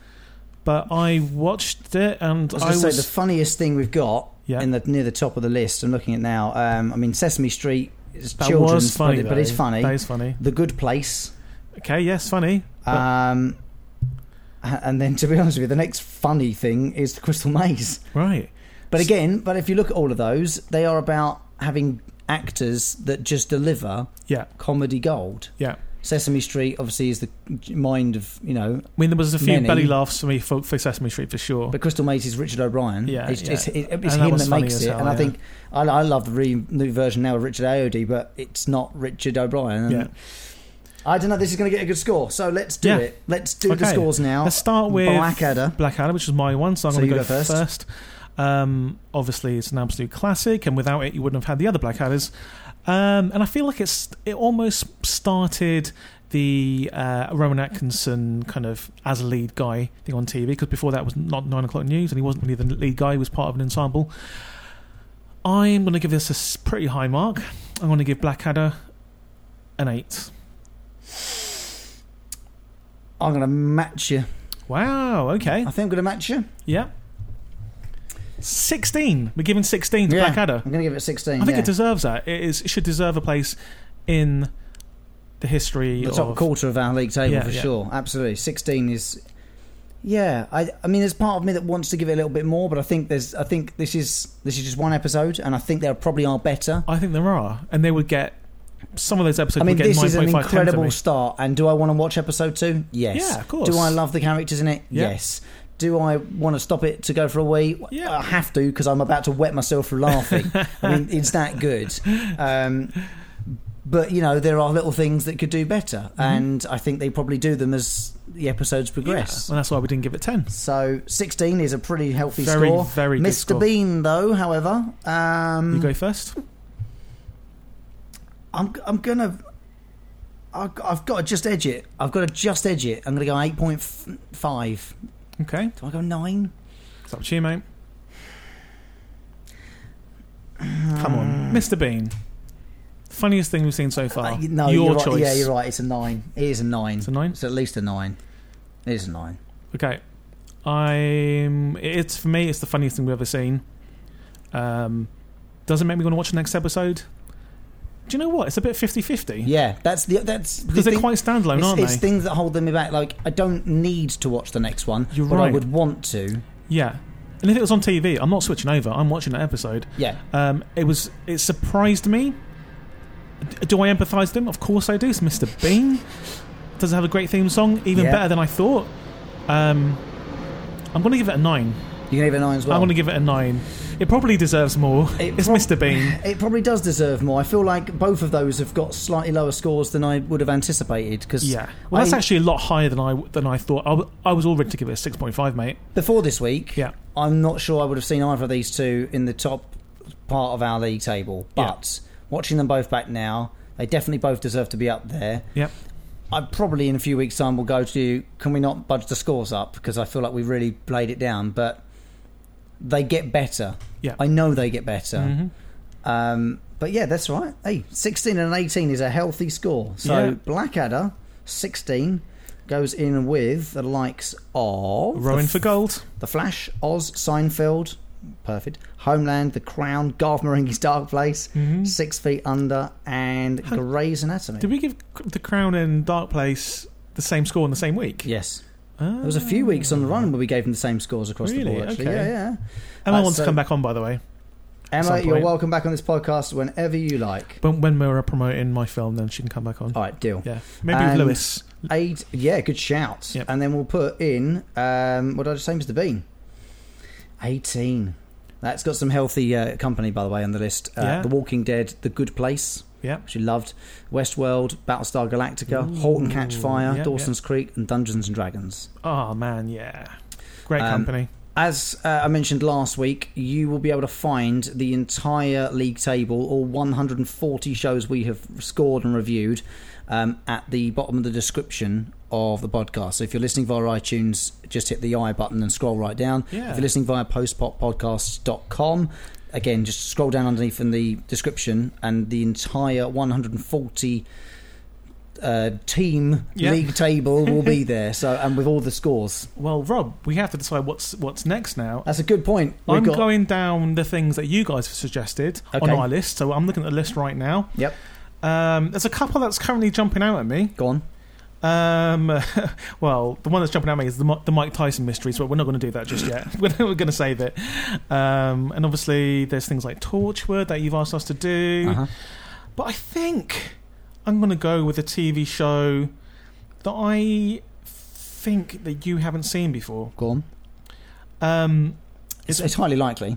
Speaker 3: But I watched it and
Speaker 2: I was
Speaker 3: I
Speaker 2: going
Speaker 3: was.
Speaker 2: to say the funniest thing we've got
Speaker 3: Yeah.
Speaker 2: in the near the top of the list. I'm looking at now. Um, I mean, Sesame Street is
Speaker 3: that
Speaker 2: children's,
Speaker 3: was funny,
Speaker 2: but, it- but it's
Speaker 3: though.
Speaker 2: funny.
Speaker 3: That is funny.
Speaker 2: the Good Place.
Speaker 3: Okay, yes, funny. But
Speaker 2: Um, and then, (laughs) to be honest with you, the next funny thing is the Crystal Maze.
Speaker 3: right.
Speaker 2: But again, but if you look at all of those, they are about having actors that just deliver
Speaker 3: Yeah,
Speaker 2: comedy gold.
Speaker 3: yeah.
Speaker 2: Sesame Street obviously is the mind of you know,
Speaker 3: I mean, there was a few
Speaker 2: Many.
Speaker 3: belly laughs for me for, for Sesame Street for sure.
Speaker 2: but Crystal Maze is Richard O'Brien.
Speaker 3: Yeah,
Speaker 2: it's,
Speaker 3: yeah.
Speaker 2: it's, it-
Speaker 3: And
Speaker 2: it's
Speaker 3: that
Speaker 2: him
Speaker 3: was
Speaker 2: that
Speaker 3: funny
Speaker 2: makes
Speaker 3: as
Speaker 2: it,
Speaker 3: hell,
Speaker 2: and I
Speaker 3: yeah.
Speaker 2: think I, I love the re- new version now of Richard Aod, but it's not Richard O'Brien. And
Speaker 3: yeah.
Speaker 2: I don't know. This is going to get a good score, so let's do
Speaker 3: Yeah.
Speaker 2: it. Let's do the
Speaker 3: Okay.
Speaker 2: scores now.
Speaker 3: Let's start with
Speaker 2: Blackadder.
Speaker 3: Blackadder, which is my one, so I'm
Speaker 2: So
Speaker 3: going
Speaker 2: you
Speaker 3: to go,
Speaker 2: go first.
Speaker 3: first. Um, obviously, it's an absolute classic, and without it, you wouldn't have had the other Blackadders. Um, and I feel like it's it almost started the uh, Roman Atkinson kind of as a lead guy thing on TV because before that was not nine o'clock news, and he wasn't really the lead guy; he was part of an ensemble. I'm going to give this a s- pretty high mark. I'm going to give Blackadder an eight.
Speaker 2: I'm going to match you.
Speaker 3: Wow. Okay.
Speaker 2: I think I'm going to match you.
Speaker 3: Yeah. 16. We're giving 16 to Blackadder.
Speaker 2: I'm going to give it 16.
Speaker 3: I think
Speaker 2: yeah.
Speaker 3: it deserves that. It, is, it should deserve a place in the history
Speaker 2: the
Speaker 3: of.
Speaker 2: top quarter of our league table
Speaker 3: Yeah,
Speaker 2: for
Speaker 3: yeah.
Speaker 2: sure. Absolutely, 16 is. Yeah, I, I mean, there's part of me that wants to give it a little bit more, but I think there's, I think this is this is just one episode, and I think there probably are better.
Speaker 3: I think there are. And they would get. Some of those episodes
Speaker 2: I mean,
Speaker 3: would get
Speaker 2: this
Speaker 3: 9.5
Speaker 2: is an
Speaker 3: to
Speaker 2: incredible
Speaker 3: me.
Speaker 2: start, and do I want to watch episode two? Yes.
Speaker 3: Yeah, of course.
Speaker 2: Do I love the characters in it?
Speaker 3: Yeah.
Speaker 2: Yes. Do I want to stop it to go for a wee?
Speaker 3: Yeah.
Speaker 2: I have to because I'm about to wet myself through
Speaker 3: (laughs)
Speaker 2: laughing. I mean, it's that good. Um, but you know, there are little things that could do better, and I think they probably do them as the episodes
Speaker 3: Mm-hmm. Yeah.
Speaker 2: progress.
Speaker 3: And that's why we didn't give it 10.
Speaker 2: So 16 is a pretty healthy
Speaker 3: Very,
Speaker 2: score.
Speaker 3: very good
Speaker 2: Mr.
Speaker 3: score.
Speaker 2: Bean, though, however, um,
Speaker 3: You go first.
Speaker 2: I'm I'm gonna. I've I've got to just edge it. I've got to just edge it. I'm gonna go eight point five.
Speaker 3: Okay.
Speaker 2: Do I go nine?
Speaker 3: It's up to you, mate. Come on. Mr. Bean. Funniest thing we've seen so far.
Speaker 2: Uh, no,
Speaker 3: Your
Speaker 2: you're
Speaker 3: choice.
Speaker 2: Right. Yeah, you're right. It's a nine. It is a nine.
Speaker 3: It's a nine?
Speaker 2: It's at least a nine. It is a nine.
Speaker 3: Okay, I'm. It's for me. It's the funniest thing we've ever seen. Um, doesn't make me want to watch the next episode. Do you know what? It's a bit 50-50.
Speaker 2: Yeah, that's the that's the
Speaker 3: because they're
Speaker 2: thing-
Speaker 3: quite standalone,
Speaker 2: it's,
Speaker 3: aren't
Speaker 2: it's
Speaker 3: they?
Speaker 2: things that hold me back. Like I don't need to watch the next one,
Speaker 3: You're
Speaker 2: but I
Speaker 3: right.
Speaker 2: would want to.
Speaker 3: yeah. And if it was on TV, I'm not switching over. I'm watching that episode.
Speaker 2: Yeah,
Speaker 3: Um, it was. It surprised me. D- Do I empathise with him? Of course I do.
Speaker 2: (laughs)
Speaker 3: It's Mr. Bean. Does it have a great theme song? Even
Speaker 2: Yeah.
Speaker 3: better than I thought. Um, I'm going to give it a nine.
Speaker 2: you can even nine as well.
Speaker 3: I'm going to give it a nine. It probably deserves more.
Speaker 2: It
Speaker 3: it's
Speaker 2: prob-
Speaker 3: Mr. Bean.
Speaker 2: It probably does deserve more. I feel like both of those have got slightly lower scores than I would have anticipated. Because
Speaker 3: Yeah. Well, that's
Speaker 2: I-
Speaker 3: actually a lot higher than I than I thought. I, w- I was all ready to give it a six point five, mate.
Speaker 2: before this week,
Speaker 3: Yeah.
Speaker 2: I'm not sure I would have seen either of these two in the top part of our league table.
Speaker 3: Yeah.
Speaker 2: But watching them both back now, they definitely both deserve to be up there.
Speaker 3: Yep.
Speaker 2: I probably in a few weeks' time will go to can we not budge the scores up because I feel like we've really played it down, but they get better.
Speaker 3: Yeah.
Speaker 2: I know they get better.
Speaker 3: Mhm.
Speaker 2: Um, but yeah, that's right. Hey, 16 and 18 is a healthy score. So
Speaker 3: Yeah.
Speaker 2: Blackadder, 16, goes in with the likes of.
Speaker 3: Rowing
Speaker 2: the,
Speaker 3: for gold.
Speaker 2: The Flash, Oz, Seinfeld, perfect. Homeland, The Crown, Garth Marenghi's Dark Place, Six Feet Under, and Grey's Anatomy.
Speaker 3: Mm-hmm. Did we give C- the Crown and Dark Place the same score in the same week?
Speaker 2: yes.
Speaker 3: Ah.
Speaker 2: There was a few weeks on the run where we gave them the same scores across the
Speaker 3: Really?
Speaker 2: board, actually.
Speaker 3: Okay.
Speaker 2: Yeah, yeah.
Speaker 3: Emma
Speaker 2: Uh,
Speaker 3: wants
Speaker 2: so-
Speaker 3: to come back on, by the way. some
Speaker 2: Emma,
Speaker 3: point.
Speaker 2: you're welcome back on this podcast whenever you like.
Speaker 3: But when we're promoting my film, then she can come back on.
Speaker 2: All right, deal.
Speaker 3: Yeah, maybe
Speaker 2: Oh. And-
Speaker 3: with Lewis.
Speaker 2: Eight, yeah, good shout.
Speaker 3: Yep.
Speaker 2: And then we'll put in um, what did I just say, Mr. Bean? Eighteen. That's got some healthy uh, company, by the way, on the list. Uh,
Speaker 3: Yeah.
Speaker 2: The Walking Dead, The Good Place,
Speaker 3: Yeah,
Speaker 2: which you loved, Westworld, Battlestar Galactica, Halt and Catch
Speaker 3: Ooh,
Speaker 2: Fire,
Speaker 3: yeah,
Speaker 2: Dawson's Creek, and Dungeons and Dragons.
Speaker 3: Oh man, yeah, great
Speaker 2: Um,
Speaker 3: company.
Speaker 2: As uh, I mentioned last week, you will be able to find the entire league table, all 140 shows we have scored and reviewed, um, at the bottom of the description of the podcast. So if you're listening via iTunes, just hit the I button and scroll right down.
Speaker 3: Yeah.
Speaker 2: If you're listening via postpoppodcasts.com, again, just scroll down underneath in the description, and the entire 140 uh, team
Speaker 3: Yeah.
Speaker 2: league table will
Speaker 3: (laughs)
Speaker 2: be there. So, and with all the scores.
Speaker 3: Well, Rob, we have to decide what's what's next now.
Speaker 2: That's a good point. We've
Speaker 3: I'm
Speaker 2: got-
Speaker 3: going down the things that you guys have suggested on
Speaker 2: Okay.
Speaker 3: our list. So I'm looking at the list right now.
Speaker 2: Yep.
Speaker 3: Um, there's a couple that's currently jumping out at me.
Speaker 2: Go on.
Speaker 3: Um, (laughs) well, the one that's jumping out at me is the, Mi- the Mike Tyson mysteries, but we're not going to do that just yet. (laughs) we're we're going to save it. Um, and obviously, there's things like Torchwood that you've asked us to do.
Speaker 2: Uh-huh.
Speaker 3: But I think I'm going to go with a TV show that I think that you haven't seen before.
Speaker 2: Go on.
Speaker 3: Um,
Speaker 2: It's, it's highly likely.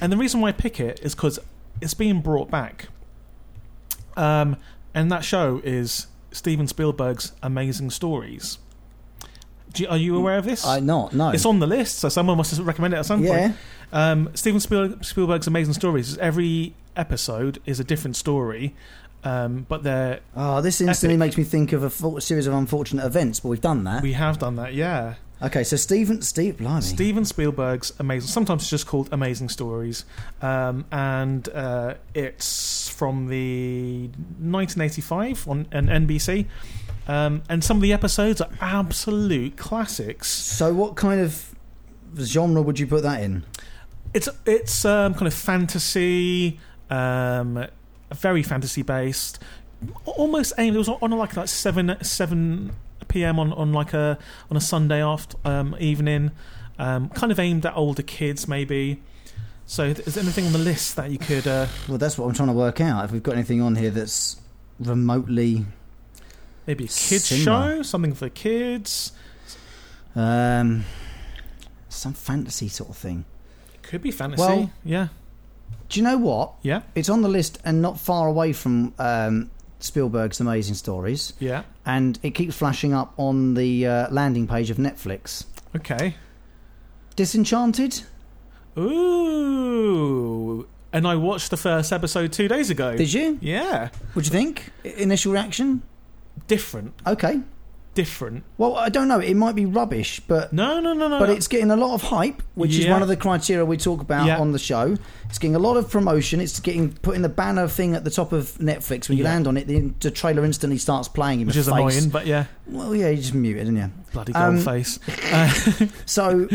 Speaker 3: and the reason why I pick it is because it's being brought back. Um, and that show is Steven Spielberg's Amazing Stories. Do you, are you aware of this?
Speaker 2: I not no.
Speaker 3: It's on the list, so someone must have recommended it at some
Speaker 2: yeah.
Speaker 3: point. Um, Steven Spiel- Spielberg's Amazing Stories is every episode is a different story, um, but they're
Speaker 2: Oh, this instantly
Speaker 3: Epic.
Speaker 2: makes me think of a fo- series of unfortunate events, but we've done that.
Speaker 3: we have done that, yeah.
Speaker 2: okay, so Stephen, Steve, blimey.
Speaker 3: Steven Spielberg's amazing. Sometimes it's just called Amazing Stories, um, and uh, it's from the 1985 on an NBC. Um, and some of the episodes are absolute classics.
Speaker 2: So, what kind of genre would you put that in?
Speaker 3: It's it's um, kind of fantasy, um, very fantasy based. Almost aimed. It was on, on like like seven seven p.m. on on like a on a Sunday after um, evening. Um, kind of aimed at older kids, maybe. So, is there anything on the list that you could? Uh,
Speaker 2: Well, that's what I'm trying to work out. If we've got anything on here that's remotely,
Speaker 3: maybe a kids
Speaker 2: Cinema.
Speaker 3: show, something for kids.
Speaker 2: um, some fantasy sort of thing.
Speaker 3: Could be fantasy.
Speaker 2: Well-
Speaker 3: yeah,
Speaker 2: Do you know what?
Speaker 3: yeah,
Speaker 2: It's on the list and not far away from um, Spielberg's Amazing Stories,
Speaker 3: yeah.
Speaker 2: and it keeps flashing up on the uh, landing page of Netflix.
Speaker 3: Okay.
Speaker 2: Disenchanted.
Speaker 3: Ooh. And I watched the first episode two days ago.
Speaker 2: Did you?
Speaker 3: yeah.
Speaker 2: What'd you think? I- Initial reaction?
Speaker 3: Different.
Speaker 2: Okay.
Speaker 3: Different.
Speaker 2: Well, I don't know. It might be rubbish, but
Speaker 3: No, no, no, no.
Speaker 2: but
Speaker 3: no.
Speaker 2: it's getting a lot of hype, which is
Speaker 3: Yeah.
Speaker 2: one of the criteria we talk about
Speaker 3: Yeah.
Speaker 2: on the show. It's getting a lot of promotion. It's getting put in the banner thing at the top of Netflix. When you
Speaker 3: Yeah.
Speaker 2: land on it, the, the trailer instantly starts playing. in
Speaker 3: which
Speaker 2: the
Speaker 3: is
Speaker 2: face.
Speaker 3: annoying, but yeah,
Speaker 2: Well, yeah, you just mute it, didn't you?
Speaker 3: bloody gold
Speaker 2: Um,
Speaker 3: face. (laughs)
Speaker 2: So.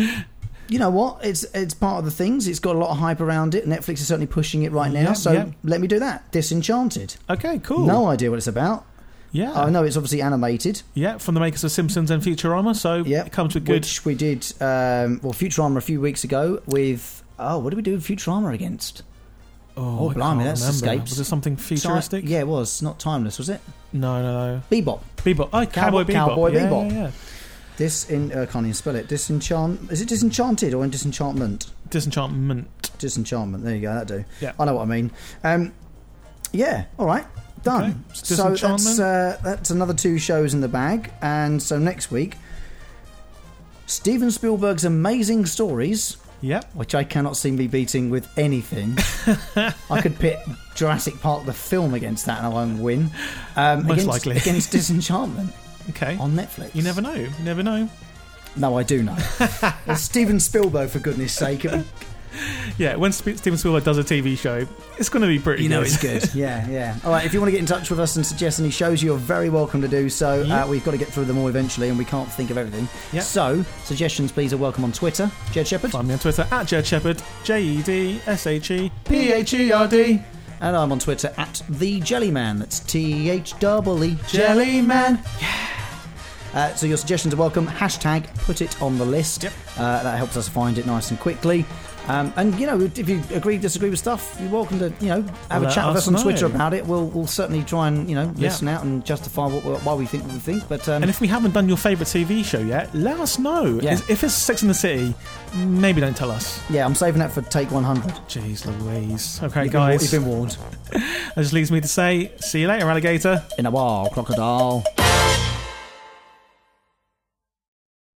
Speaker 2: You know what? It's it's part of the things. It's got a lot of hype around it. Netflix is certainly pushing it right now.
Speaker 3: Yeah,
Speaker 2: so
Speaker 3: yeah.
Speaker 2: let me do that. Disenchanted.
Speaker 3: Okay, cool.
Speaker 2: No idea what it's about.
Speaker 3: yeah,
Speaker 2: I know it's obviously animated.
Speaker 3: yeah, from the makers of Simpsons and Futurama, so
Speaker 2: Yep.
Speaker 3: it comes with good.
Speaker 2: Which we did, um, well, Futurama a few weeks ago with. Oh, what did we do with Futurama against?
Speaker 3: oh, I
Speaker 2: blimey,
Speaker 3: can't
Speaker 2: that's
Speaker 3: remember.
Speaker 2: escapes.
Speaker 3: Was it something futuristic?
Speaker 2: Ti- yeah, it was. Not Timeless, was it?
Speaker 3: No, no, no.
Speaker 2: Bebop.
Speaker 3: Bebop. Oh, Cowboy, Bebop.
Speaker 2: Cowboy
Speaker 3: yeah,
Speaker 2: Bebop.
Speaker 3: Yeah, yeah.
Speaker 2: This in. Uh, can't even spell it. Disenchant. Is it Disenchanted or in Disenchantment?
Speaker 3: Disenchantment.
Speaker 2: Disenchantment. There you go, that do.
Speaker 3: Yeah.
Speaker 2: I know what I mean. Um, yeah, all right.
Speaker 3: Okay,
Speaker 2: Done.
Speaker 3: it's
Speaker 2: So that's,
Speaker 3: Disenchantment.
Speaker 2: uh, that's another two shows in the bag. And so next week, Steven Spielberg's Amazing Stories.
Speaker 3: Yep.
Speaker 2: which I cannot see me beating with
Speaker 3: (laughs)
Speaker 2: anything. I could pit Jurassic Park the film against that, and I won't win. Um,
Speaker 3: Most
Speaker 2: against,
Speaker 3: likely. (laughs)
Speaker 2: against Disenchantment
Speaker 3: Okay.
Speaker 2: on Netflix.
Speaker 3: You never know. You never know.
Speaker 2: No, I
Speaker 3: (laughs)
Speaker 2: do know. Well, Steven Spielberg, for goodness' sake, it-
Speaker 3: Yeah, when Sp- Steven Spielberg does a TV show, it's going to be pretty.
Speaker 2: you know
Speaker 3: good.
Speaker 2: it's good. Yeah, yeah. All right. If you want to get in touch with us and suggest any shows, you're very welcome to do so.
Speaker 3: Yeah.
Speaker 2: Uh, we've got to get through them all eventually, and we can't think of everything.
Speaker 3: Yeah.
Speaker 2: So suggestions, please, are welcome on Twitter. Jed Shepherd.
Speaker 3: (laughs) Find me on Twitter at Jed Shepherd. J E D S H E P H E R D.
Speaker 2: And I'm on Twitter at the Jellyman. That's T H E E
Speaker 3: Jellyman.
Speaker 2: Uh, so your suggestions are welcome. Hashtag put it on the list.
Speaker 3: Yep.
Speaker 2: Uh, that helps us find it nice and quickly. Um, and you know, if you agree, disagree with stuff, you're welcome to you know have
Speaker 3: Let
Speaker 2: a chat with
Speaker 3: us
Speaker 2: us on
Speaker 3: know.
Speaker 2: Twitter about it. We'll we'll certainly try and you know
Speaker 3: Yeah.
Speaker 2: listen out and justify what, we- why we think what we think. But um,
Speaker 3: And if we haven't done your favourite TV show yet, let us know.
Speaker 2: Yeah.
Speaker 3: Is- If it's Sex in the City, maybe don't tell us.
Speaker 2: yeah, I'm saving that for take 100.
Speaker 3: Jeez Louise. Okay,
Speaker 2: You've been wa-
Speaker 3: guys.
Speaker 2: you've been warned.
Speaker 3: That just leaves me to say, see you later, alligator.
Speaker 2: In a while, crocodile.